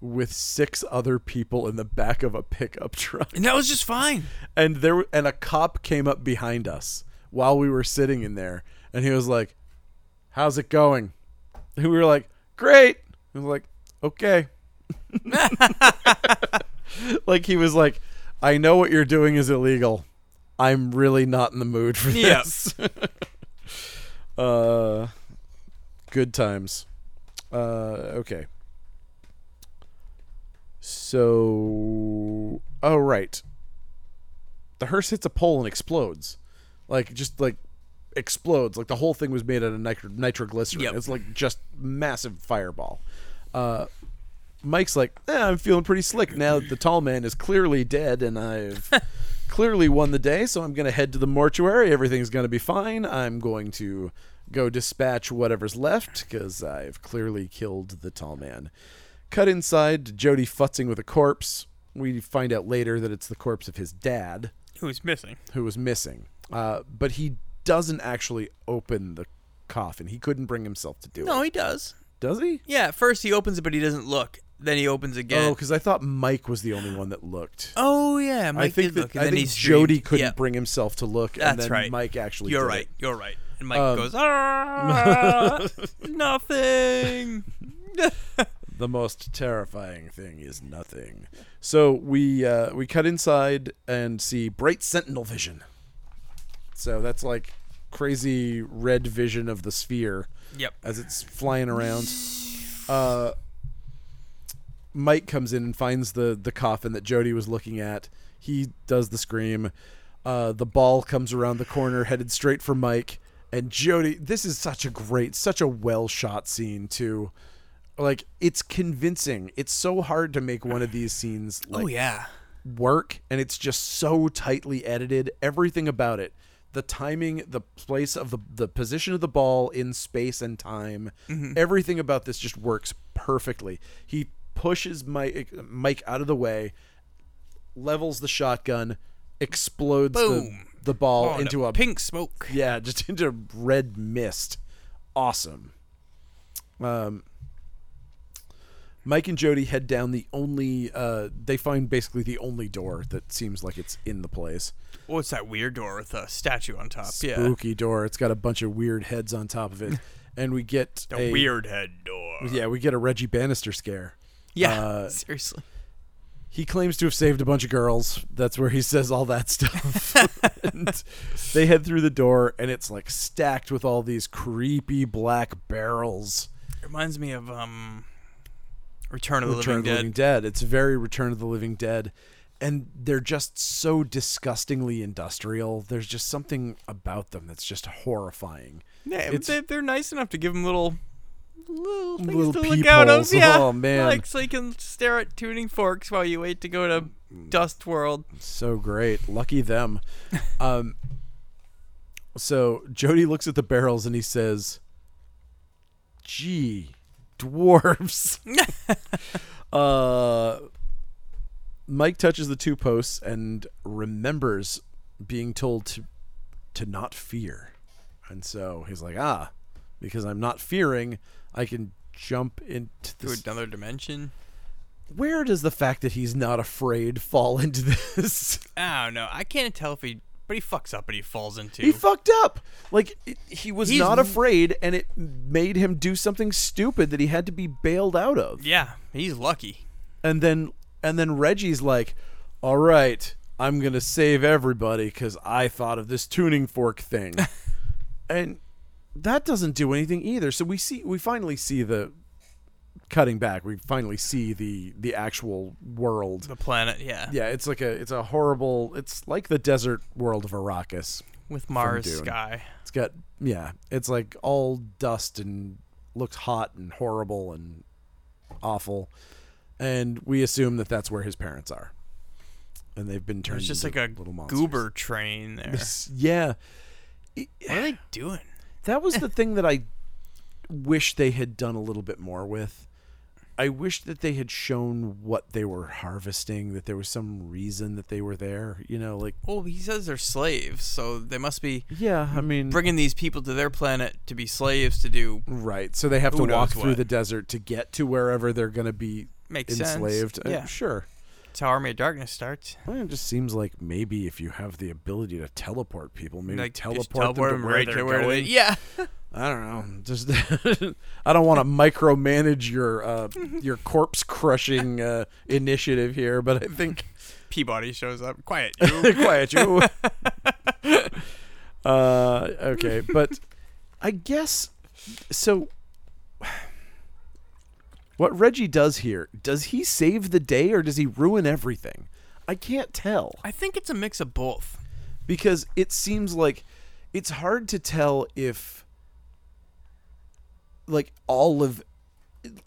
S1: with six other people in the back of a pickup truck.
S2: And that was just fine.
S1: and there w- and a cop came up behind us while we were sitting in there and he was like how's it going and we were like great he was like okay like he was like i know what you're doing is illegal i'm really not in the mood for
S2: Yeah.
S1: this uh good times uh okay so oh right the hearse hits a pole and explodes like just like explodes. Like the whole thing was made out of nitro- nitroglycerin.
S2: Yep.
S1: It's like just massive fireball. Uh, Mike's like, eh, I'm feeling pretty slick now that the tall man is clearly dead and I've clearly won the day, so I'm going to head to the mortuary. Everything's going to be fine. I'm going to go dispatch whatever's left because I've clearly killed the tall man. Cut inside to Jody futzing with a corpse. We find out later that it's the corpse of his dad
S2: Who's missing?
S1: who was missing. Uh, but he doesn't actually open the coffin. He couldn't bring himself to do
S2: No,
S1: it.
S2: he does.
S1: Does he?
S2: Yeah, at first he opens it, but he doesn't look. Then he opens
S1: Oh,
S2: again.
S1: because I thought Mike was the only one that looked.
S2: Oh, yeah, Mike
S1: I think
S2: did
S1: that
S2: look, and
S1: I
S2: then
S1: think
S2: he
S1: Jody
S2: screamed.
S1: couldn't
S2: Yep,
S1: bring himself to look, and
S2: That's
S1: then
S2: right.
S1: Mike actually.
S2: You're
S1: did Um,
S2: right.
S1: it.
S2: You're right. And Mike goes, ah, nothing.
S1: The most terrifying thing is nothing. So we uh, we cut inside and see bright sentinel vision. So that's like crazy red vision of the sphere.
S2: yep.
S1: as it's flying around. Uh, Mike comes in and finds the the coffin that Jody was looking at. He does the scream. Uh, the ball comes around the corner, headed straight for Mike. And Jody, this is such a great, such a well shot scene too. Like it's convincing. It's so hard to make one of these scenes like
S2: oh, yeah.
S1: work and it's just so tightly edited everything about it the timing the place of the the position of the ball in space and time everything about this just works perfectly he pushes mike mike out of the way levels the shotgun explodes the,
S2: Boom.
S1: the ball
S2: Oh, and
S1: into a
S2: pink smoke.
S1: yeah just into red mist awesome um Mike and Jody head down the only uh they find basically the only door that seems like it's in the place.
S2: Oh, it's that weird door with a statue on top. Yeah.
S1: Spooky door. It's got a bunch of weird heads on top of it. and we get
S2: The
S1: a
S2: weird head door.
S1: Yeah, we get a Reggie Bannister scare.
S2: Yeah.
S1: Uh,
S2: seriously.
S1: he claims to have saved a bunch of girls. That's where he says all that stuff. and they head through the door and it's like stacked with all these creepy black barrels.
S2: Reminds me of um, Return of the
S1: Return
S2: Living
S1: of the
S2: Dead.
S1: Living Dead. It's very Return of the Living Dead. And they're just so disgustingly industrial. There's just something about them that's just horrifying.
S2: Yeah,
S1: It's-
S2: they, they're nice enough to give him little little things
S1: Little
S2: to look out of.
S1: peepholes.
S2: Yeah.
S1: Oh, man.
S2: Like so you can stare at tuning forks while you wait to go to Dust World.
S1: So great. Lucky them. Um, so Jody looks at the barrels and he says, Gee, dwarves. uh, Mike touches the two posts and remembers being told to, to not fear. And so he's like, Ah, because I'm not fearing, I can jump into
S2: To
S1: this
S2: another dimension.
S1: where does the fact that he's not afraid fall into this
S2: I don't know. I can't tell if he but he fucks up and he falls into
S1: He fucked up. Like it, he was
S2: He's-
S1: not afraid, and it made him do something stupid that he had to be bailed out of.
S2: Yeah, he's lucky.
S1: And then, and then Reggie's like, "All right, I'm gonna save everybody because I thought of this tuning fork thing," and that doesn't do anything either. So we see, we finally see the cutting back. We finally see the the actual world.
S2: The planet, yeah.
S1: Yeah, it's like a it's a horrible. It's like the desert world of Arrakis.
S2: With Mars
S1: Dune.
S2: sky.
S1: It's got yeah, it's like all dust and looked hot and horrible and awful, and we assume that that's where his parents are, and they've been turned
S2: It's just like
S1: into
S2: a
S1: little monsters.
S2: goober train there.
S1: It's- Yeah,
S2: What are they doing?
S1: that was the thing that I wish they had done a little bit more with. I wish that they had shown what they were harvesting, that there was some reason that they were there. You know, like
S2: Well, he says they're slaves, so they must be
S1: yeah, I mean,
S2: bringing these people to their planet to be slaves to do
S1: Right. So they have to
S2: Who knows
S1: walk through
S2: what.
S1: the desert to get to wherever they're going to be
S2: Makes sense.
S1: enslaved. Uh,
S2: Yeah.
S1: sure.
S2: That's how Army of Darkness starts.
S1: I mean, it just seems like maybe if you have the ability to teleport people, maybe
S2: Like
S1: teleport,
S2: just teleport
S1: them to where
S2: right
S1: they're
S2: to where they e-
S1: going.
S2: yeah.
S1: I don't know. Just I don't want to micromanage your uh, your corpse crushing uh, initiative here, but I think
S2: Peabody shows up. Quiet. You.
S1: quiet you. uh, okay, but I guess so. What Reggie does here, does he save the day or does he ruin everything? I can't tell
S2: I think it's a mix of both.
S1: because it seems like it's hard to tell if like all of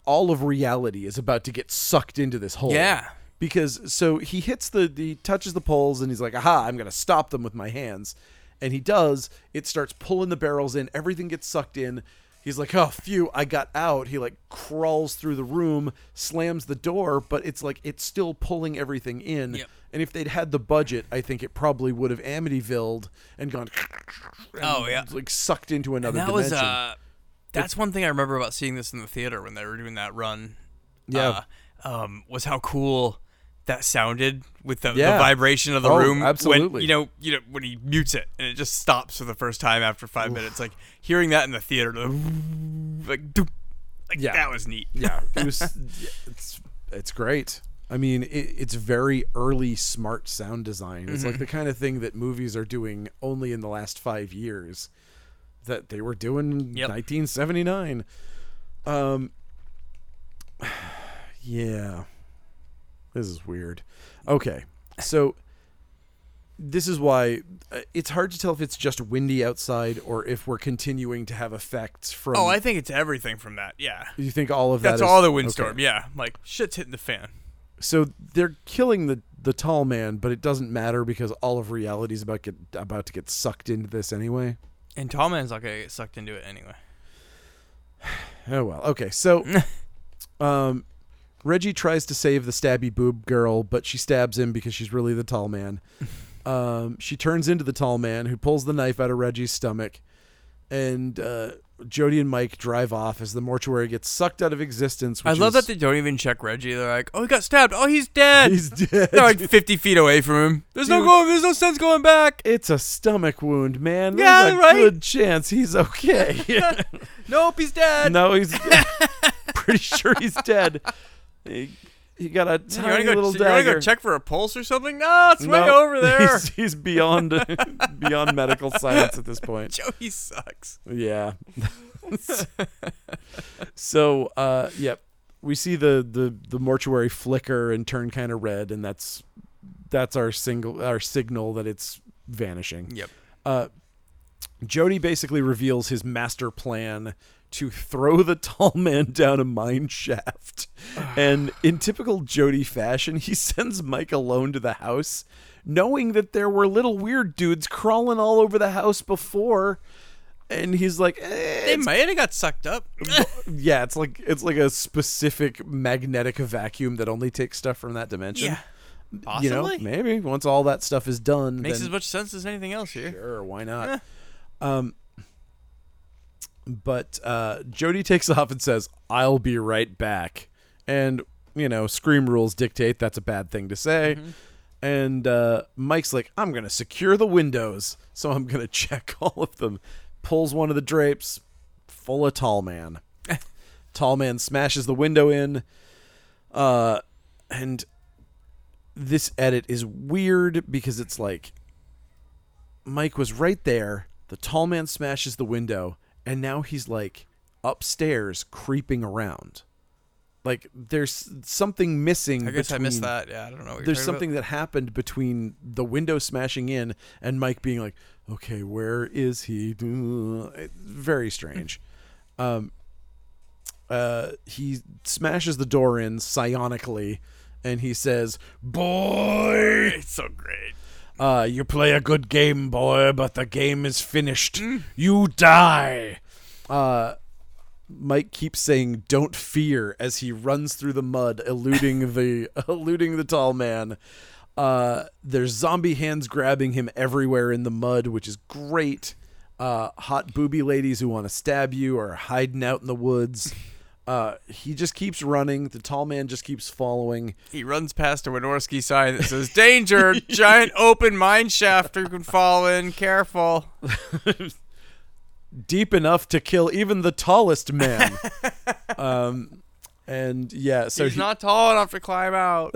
S1: all of reality is about to get sucked into this hole.
S2: Yeah.
S1: Because so he hits the he touches the poles and he's like, "Aha, I'm going to stop them with my hands." And he does. It starts pulling the barrels in. Everything gets sucked in. He's like, "Oh, phew, I got out." He like crawls through the room, slams the door, but it's like it's still pulling everything in.
S2: Yep.
S1: And if they'd had the budget, I think it probably would have Amityvilled and gone
S2: Oh, yeah.
S1: like sucked into another
S2: That was
S1: dimension.
S2: uh that's one thing I remember about seeing this in the theater when they were doing that run.
S1: Yeah.
S2: Uh, um was how cool that sounded with the,
S1: Yeah.
S2: the vibration of the
S1: Oh,
S2: room. when,
S1: absolutely.
S2: you know, you know when he mutes it and it just stops for the first time after 5 minutes like hearing that in the theater the like doop, like
S1: Yeah.
S2: that was neat.
S1: yeah it was yeah, it's it's great i mean it, it's very early smart sound design it's
S2: Mm-hmm.
S1: like the kind of thing that movies are doing only in the last five years that they were doing in
S2: Yep.
S1: 1979 um yeah this is weird okay so this is why uh, it's hard to tell if it's just windy outside or if we're continuing to have effects from
S2: Oh, I think it's everything from that. Yeah.
S1: you think all of that is-
S2: That's all the
S1: okay
S2: windstorm. Yeah. Like shit's hitting the fan.
S1: so they're killing the the tall man, but it doesn't matter because all of reality's about get about to get sucked into this anyway.
S2: And Tall Man's not going to get sucked into it anyway.
S1: Oh well. Okay. So um Reggie tries to save the stabby boob girl, but she stabs him because she's really the tall man. Um she turns into the tall man who pulls the knife out of Reggie's stomach and uh Jody and Mike drive off as the mortuary gets sucked out of existence.
S2: I
S1: Which
S2: love
S1: is-
S2: that they don't even check Reggie. They're like, "Oh, he got stabbed. Oh, he's dead."
S1: he's dead.
S2: They're like 50 feet away from him. There's no
S1: Dude.
S2: going. There's no sense going back.
S1: it's a stomach wound, man. There's
S2: Yeah,
S1: a
S2: right.
S1: good chance he's okay.
S2: Nope, he's dead.
S1: No, he's pretty sure he's dead. He, he got a
S2: You
S1: tiny
S2: want to go?
S1: little
S2: You want to
S1: dagger.
S2: go check for a pulse or something? No, it's way
S1: No,
S2: over there.
S1: He's, he's beyond beyond medical science at this point.
S2: Joey sucks.
S1: Yeah. so, uh, yep, we see the, the the mortuary flicker and turn kind of red, and that's that's our single our signal that it's vanishing.
S2: Yep.
S1: Jody basically reveals his master plan to throw the tall man down a mine shaft. and in typical Jody fashion, he sends Mike alone to the house, knowing that there were little weird dudes crawling all over the house before. And he's like, eh,
S2: They
S1: it's-
S2: might have got sucked up.
S1: yeah, it's like it's like a specific magnetic vacuum that only takes stuff from that dimension.
S2: yeah.
S1: you know,
S2: Possibly.
S1: maybe once all that stuff is done,
S2: Makes
S1: then-
S2: as much sense as anything else here.
S1: Sure, why not? Um, but uh, Jody takes off and says, "I'll be right back," and you know, scream rules dictate that's a bad thing to say. And uh, Mike's like, "I'm gonna secure the windows, so I'm gonna check all of them." Pulls one of the drapes, full of tall man. tall man smashes the window in, uh, and this edit is weird because it's like Mike was right there. The tall man smashes the window, and now he's like upstairs creeping around. Like there's something missing.
S2: I guess I missed
S1: between-
S2: that. Yeah, I don't know. What you're
S1: There's
S2: talking
S1: something that happened between the window smashing in and Mike being like, "Okay, where is he?" It's very strange. Um, uh, he smashes the door in psionically, and he says, "Boy."
S2: About. It's so great.
S1: Uh, you play a good game, boy, but the game is finished.
S2: Mm.
S1: You die. Uh, Mike keeps saying "Don't fear" as he runs through the mud, eluding the eluding the tall man. Uh, there's zombie hands grabbing him everywhere in the mud, which is great. Uh, hot booby ladies who want to stab you are hiding out in the woods. Uh, he just keeps running. The tall man just keeps following.
S2: He runs past a Winorski sign that says "Danger! Giant open mine shaft you can fall in. Careful."
S1: deep enough to kill even the tallest man. um, and yeah, so
S2: He's
S1: he,
S2: not tall enough to climb out.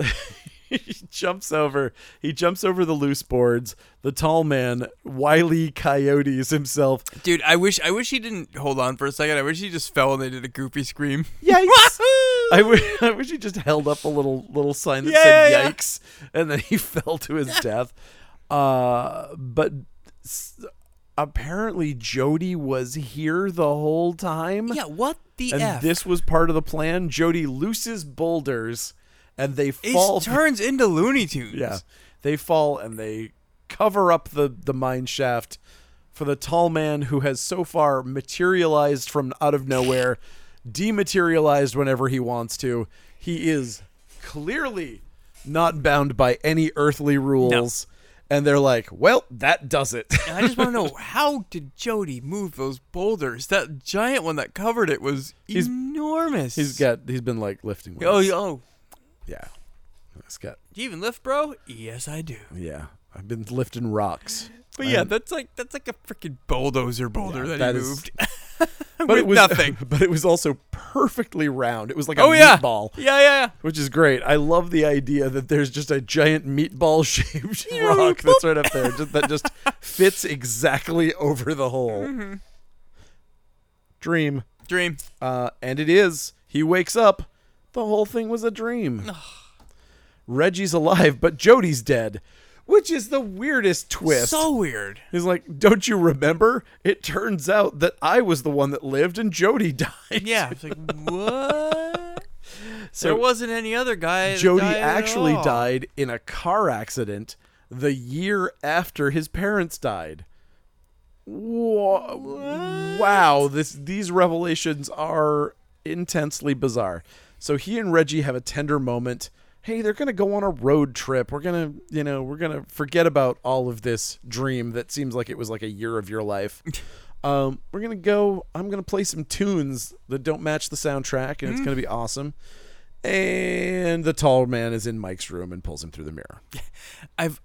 S1: he jumps over. He jumps over the loose boards. The tall man, Wiley Coyotes himself.
S2: Dude, I wish I wish he didn't hold on for a second. I wish he just fell and they did a goofy scream.
S1: Yikes!
S2: Wahoo!
S1: I wish, I wish he just held up a little little sign that
S2: Yeah,
S1: said
S2: yeah, yeah.
S1: "yikes," and then he fell to his death. Uh, but s- apparently Jody was here the whole time.
S2: Yeah, what the
S1: And
S2: f?
S1: this was part of the plan. Jody looses boulders and they
S2: it
S1: fall.
S2: turns into Looney Tunes.
S1: yeah. They fall and they cover up the, the mine shaft for the tall man who has so far materialized from out of nowhere, dematerialized whenever he wants to. He is clearly not bound by any earthly rules. And they're like, well, that does it.
S2: And I just want to know how did Jody move those boulders? That giant one that covered it was enormous.
S1: He's got. He's been like lifting weights.
S2: oh, oh,
S1: yeah. He's got.
S2: do you even lift, bro? Yes, I do.
S1: Yeah, I've been lifting rocks.
S2: But yeah, that's like that's like a freaking bulldozer boulder that,
S1: that
S2: he
S1: is-
S2: moved.
S1: But
S2: With
S1: it was
S2: nothing.
S1: But it was also perfectly round. It was like a
S2: oh yeah,
S1: meatball,
S2: yeah, yeah,
S1: which is great. I love the idea that there's just a giant meatball shaped
S2: Yeah,
S1: rock
S2: boop.
S1: that's right up there just, that just fits exactly over the hole. Dream,
S2: yeah. Dream.
S1: uh, and it is. He wakes up. The whole thing was a dream. Reggie's alive, but Jody's dead, which is the weirdest twist.
S2: So weird.
S1: He's like, "Don't you remember? It turns out that I was the one that lived and Jody died."
S2: Yeah, it's like what? there
S1: So
S2: wasn't any other guy. that
S1: Jody
S2: died at
S1: actually
S2: all.
S1: died in a car accident the year after his parents died. Wha- Wow, this these revelations are intensely bizarre. So he and Reggie have a tender moment. Hey, they're going to go on a road trip. We're going to, you know, we're going to forget about all of this dream that seems like it was like a year of your life. Um, we're going to go I'm going to play some tunes that don't match the soundtrack and it's going to be awesome. And the tall man is in Mike's room and pulls him through the mirror.
S2: I've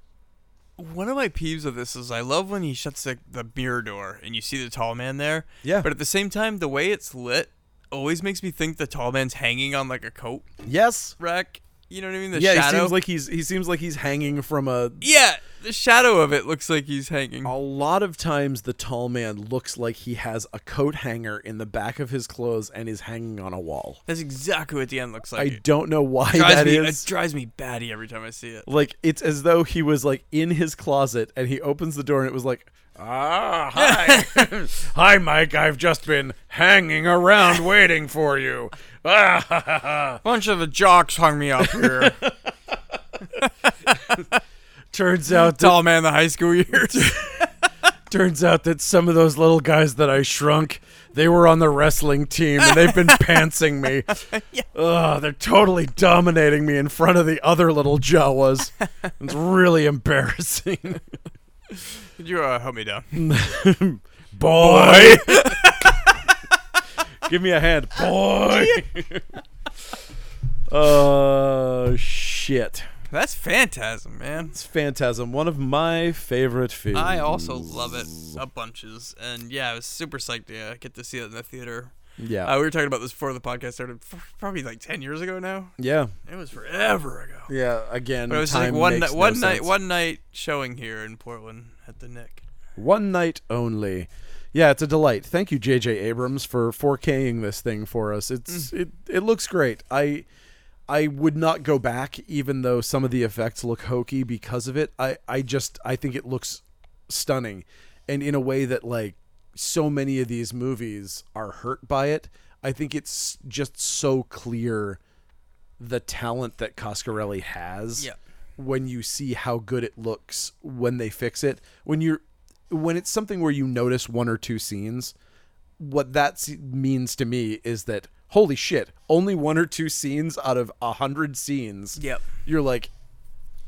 S2: one of my peeves of this is I love when he shuts the, the mirror door and you see the tall man there.
S1: Yeah.
S2: But at the same time, the way it's lit always makes me think the tall man's hanging on like a coat
S1: Yes.
S2: rack. You know what I mean? The
S1: yeah,
S2: shadow.
S1: he seems like he's he seems like he's hanging from a
S2: yeah, the shadow of it looks like he's hanging.
S1: a lot of times the tall man looks like he has a coat hanger in the back of his clothes and is hanging on a wall.
S2: That's exactly what the end looks
S1: I
S2: like.
S1: don't know why
S2: drives
S1: that is.
S2: me, It drives me batty every time I see it.
S1: like it's as though he was like in his closet and he opens the door and it was like ah hi hi mike i've just been hanging around waiting for you ah ha, ha, ha."
S2: Bunch of the jocks hung me up here.
S1: turns out that,
S2: tall Oh, man, the high school years.
S1: turns out that some of those little guys that i shrunk they were on the wrestling team and they've been pantsing me Ugh, they're totally dominating me in front of the other little jawas it's really embarrassing
S2: Could you uh, help me down?
S1: Boy. Give me a hand, boy. Oh shit.
S2: That's phantasm, man.
S1: It's Phantasm, one of my favorite films.
S2: I also love it up bunches, and yeah, I was super psyched to uh, get to see it in the theater.
S1: Yeah.
S2: Uh, we were talking about this before the podcast started, f- probably like ten years ago now.
S1: yeah.
S2: It was forever ago.
S1: Yeah, again,
S2: But it was just,
S1: time
S2: like one
S1: makes
S2: night,
S1: no
S2: one night,
S1: sense.
S2: one night showing here in Portland at the Nick.
S1: One night only. Yeah, it's a delight. Thank you, JJ Abrams, for 4King this thing for us. It's it it looks great. I I would not go back, even though some of the effects look hokey because of it. I I just I think it looks stunning, and in a way that like so many of these movies are hurt by it. I think it's just so clear the talent that Coscarelli has
S2: Yeah.
S1: when you see how good it looks when they fix it. When you're when it's something where you notice one or two scenes, what that s- means to me is that holy shit, only one or two scenes out of a hundred scenes.
S2: Yep.
S1: You're like,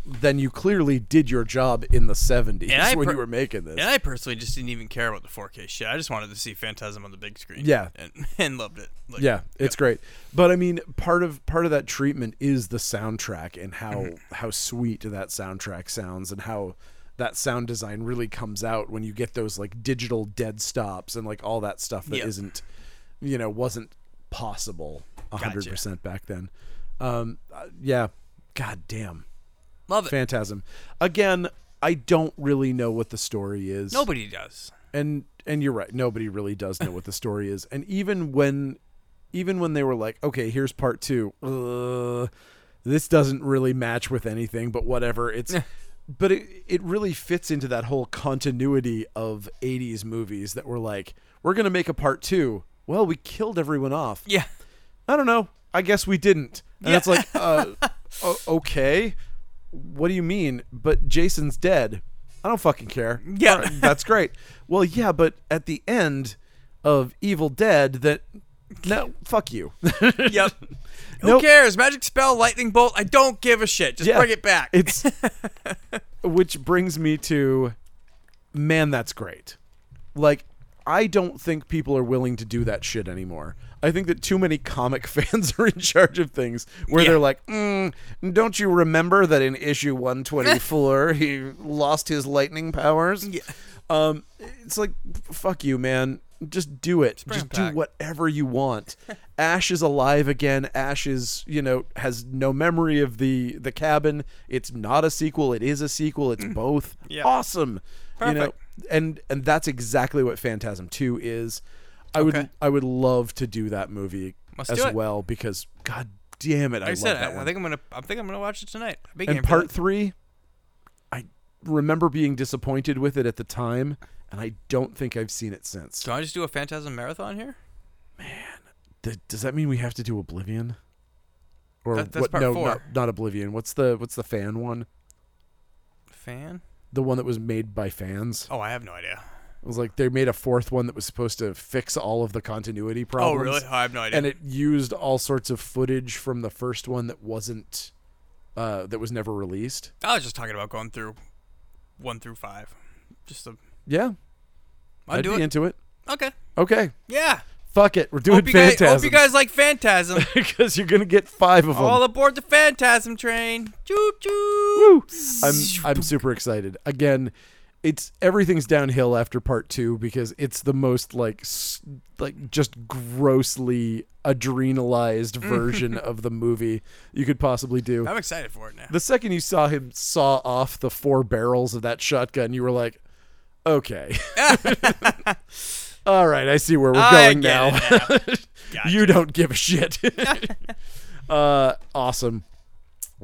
S1: then you clearly did your job in the seventies
S2: And I
S1: when
S2: per-
S1: you were making this.
S2: And I personally just didn't even care about the 4K shit. I just wanted to see Phantasm on the big screen.
S1: Yeah.
S2: and, and loved it. Like,
S1: Yeah, it's great. But I mean, part of part of that treatment is the soundtrack and how how sweet that soundtrack sounds and how that sound design really comes out when you get those like digital dead stops and like all that stuff that
S2: Yeah.
S1: not you know, wasn't possible 100% back then. Um uh, yeah, god damn.
S2: love it.
S1: Phantasm. Again, I don't really know what the story is
S2: Nobody does.
S1: and and you're right nobody really does know what the story is and even when even when they were like okay here's part two uh, this doesn't really match with anything but whatever it's but it, it really fits into that whole continuity of 80s movies that were like we're going to make a part 2 well we killed everyone off
S2: Yeah.
S1: i don't know i guess we didn't and it's like uh, o- okay what do you mean but jason's dead i don't fucking care
S2: Yeah.
S1: All that's great well yeah but at the end of evil dead that no fuck you
S2: Yep. Who
S1: Nope.
S2: cares? Magic spell, lightning bolt. I don't give a shit. Just
S1: Yeah.
S2: bring it back.
S1: It's which brings me to man, that's great. Like I don't think people are willing to do that shit anymore. I think that too many comic fans are in charge of things where
S2: Yeah.
S1: they're like, mm, "Don't you remember that in issue 124 he lost his lightning powers?"
S2: Yeah.
S1: Um, it's like, fuck you, man. Just do it.
S2: bring
S1: Just
S2: it
S1: do
S2: back.
S1: whatever you want. Ash is alive again. Ash is, you know, has no memory of the the cabin. It's not a sequel. It is a sequel. It's both.
S2: Mm. Yeah.
S1: Awesome. You know,
S2: Perfect.
S1: and and that's exactly what Phantasm Two is. I would
S2: Okay.
S1: I would love to do that movie
S2: Let's
S1: as
S2: do it.
S1: well because god damn it, I,
S2: like I
S1: love
S2: said,
S1: that
S2: I, I
S1: one.
S2: think I'm gonna. I think I'm gonna watch it tonight. I'll be game
S1: and
S2: for
S1: part
S2: that.
S1: three, I remember being disappointed with it at the time, and I don't think I've seen it since.
S2: Do I just do a Phantasm marathon here?
S1: Th- does that mean we have to do Oblivion? Or
S2: That- that's
S1: what?
S2: part
S1: no,
S2: four.
S1: Not, not Oblivion. What's the what's the fan one?
S2: Fan?
S1: The one that was made by fans.
S2: Oh, I have no idea.
S1: It was like they made a fourth one that was supposed to fix all of the continuity
S2: Oh,
S1: problems.
S2: really? Oh, I have no idea.
S1: And it used all sorts of footage from the first one that wasn't, uh, that was never released.
S2: I was just talking about going through one through five. Just a.
S1: Yeah,
S2: I
S1: would
S2: do
S1: be
S2: it.
S1: into it.
S2: okay.
S1: Okay,
S2: Yeah.
S1: fuck it, we're doing
S2: Hope you, guys, hope you
S1: Phantasm
S2: guys like Phantasm.
S1: because you're gonna get five of them.
S2: All aboard the Phantasm train. Choo choo.
S1: Woo! I'm I'm super excited. Again, it's everything's downhill after part 2 because it's the most like s- like just grossly adrenalized
S2: Mm-hmm.
S1: version of the movie you could possibly do.
S2: I'm excited for it now.
S1: The second you saw him saw off the four barrels of that shotgun, you were like, "Okay." All right, I see where we're
S2: I
S1: going
S2: get
S1: now.
S2: it
S1: you don't give a shit. uh, awesome.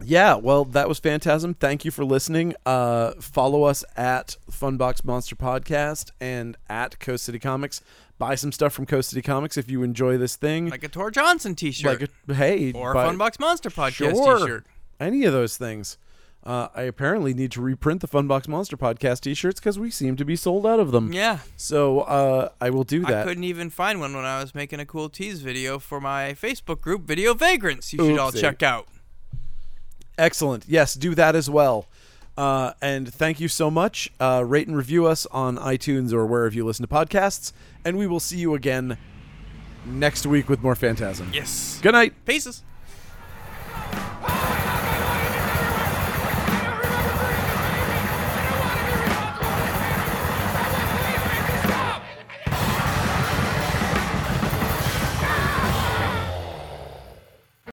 S1: Yeah, well, that was Phantasm. Thank you for listening. Uh, follow us at Funbox Monster Podcast and at Coast City Comics. Buy some stuff from Coast City Comics if you enjoy this thing.
S2: Like a Tor Johnson T-shirt
S1: Like a- hey,
S2: or a
S1: buy-
S2: Funbox Monster podcast
S1: sure,
S2: T-shirt.
S1: any of those things. Uh, I apparently need to reprint the Funbox Monster Podcast T-shirts because we seem to be sold out of them.
S2: Yeah.
S1: So uh, I will do
S2: I
S1: that.
S2: couldn't even find one when I was making a cool tease video for my Facebook group, Video Vagrants. You should all
S1: Oopsie.
S2: check out.
S1: Excellent. Yes, do that as well. Uh, and thank you so much. Uh, rate and review us on iTunes or wherever you listen to podcasts. And we will see you again next week with more Phantasm.
S2: Yes.
S1: Good night.
S2: Pieces.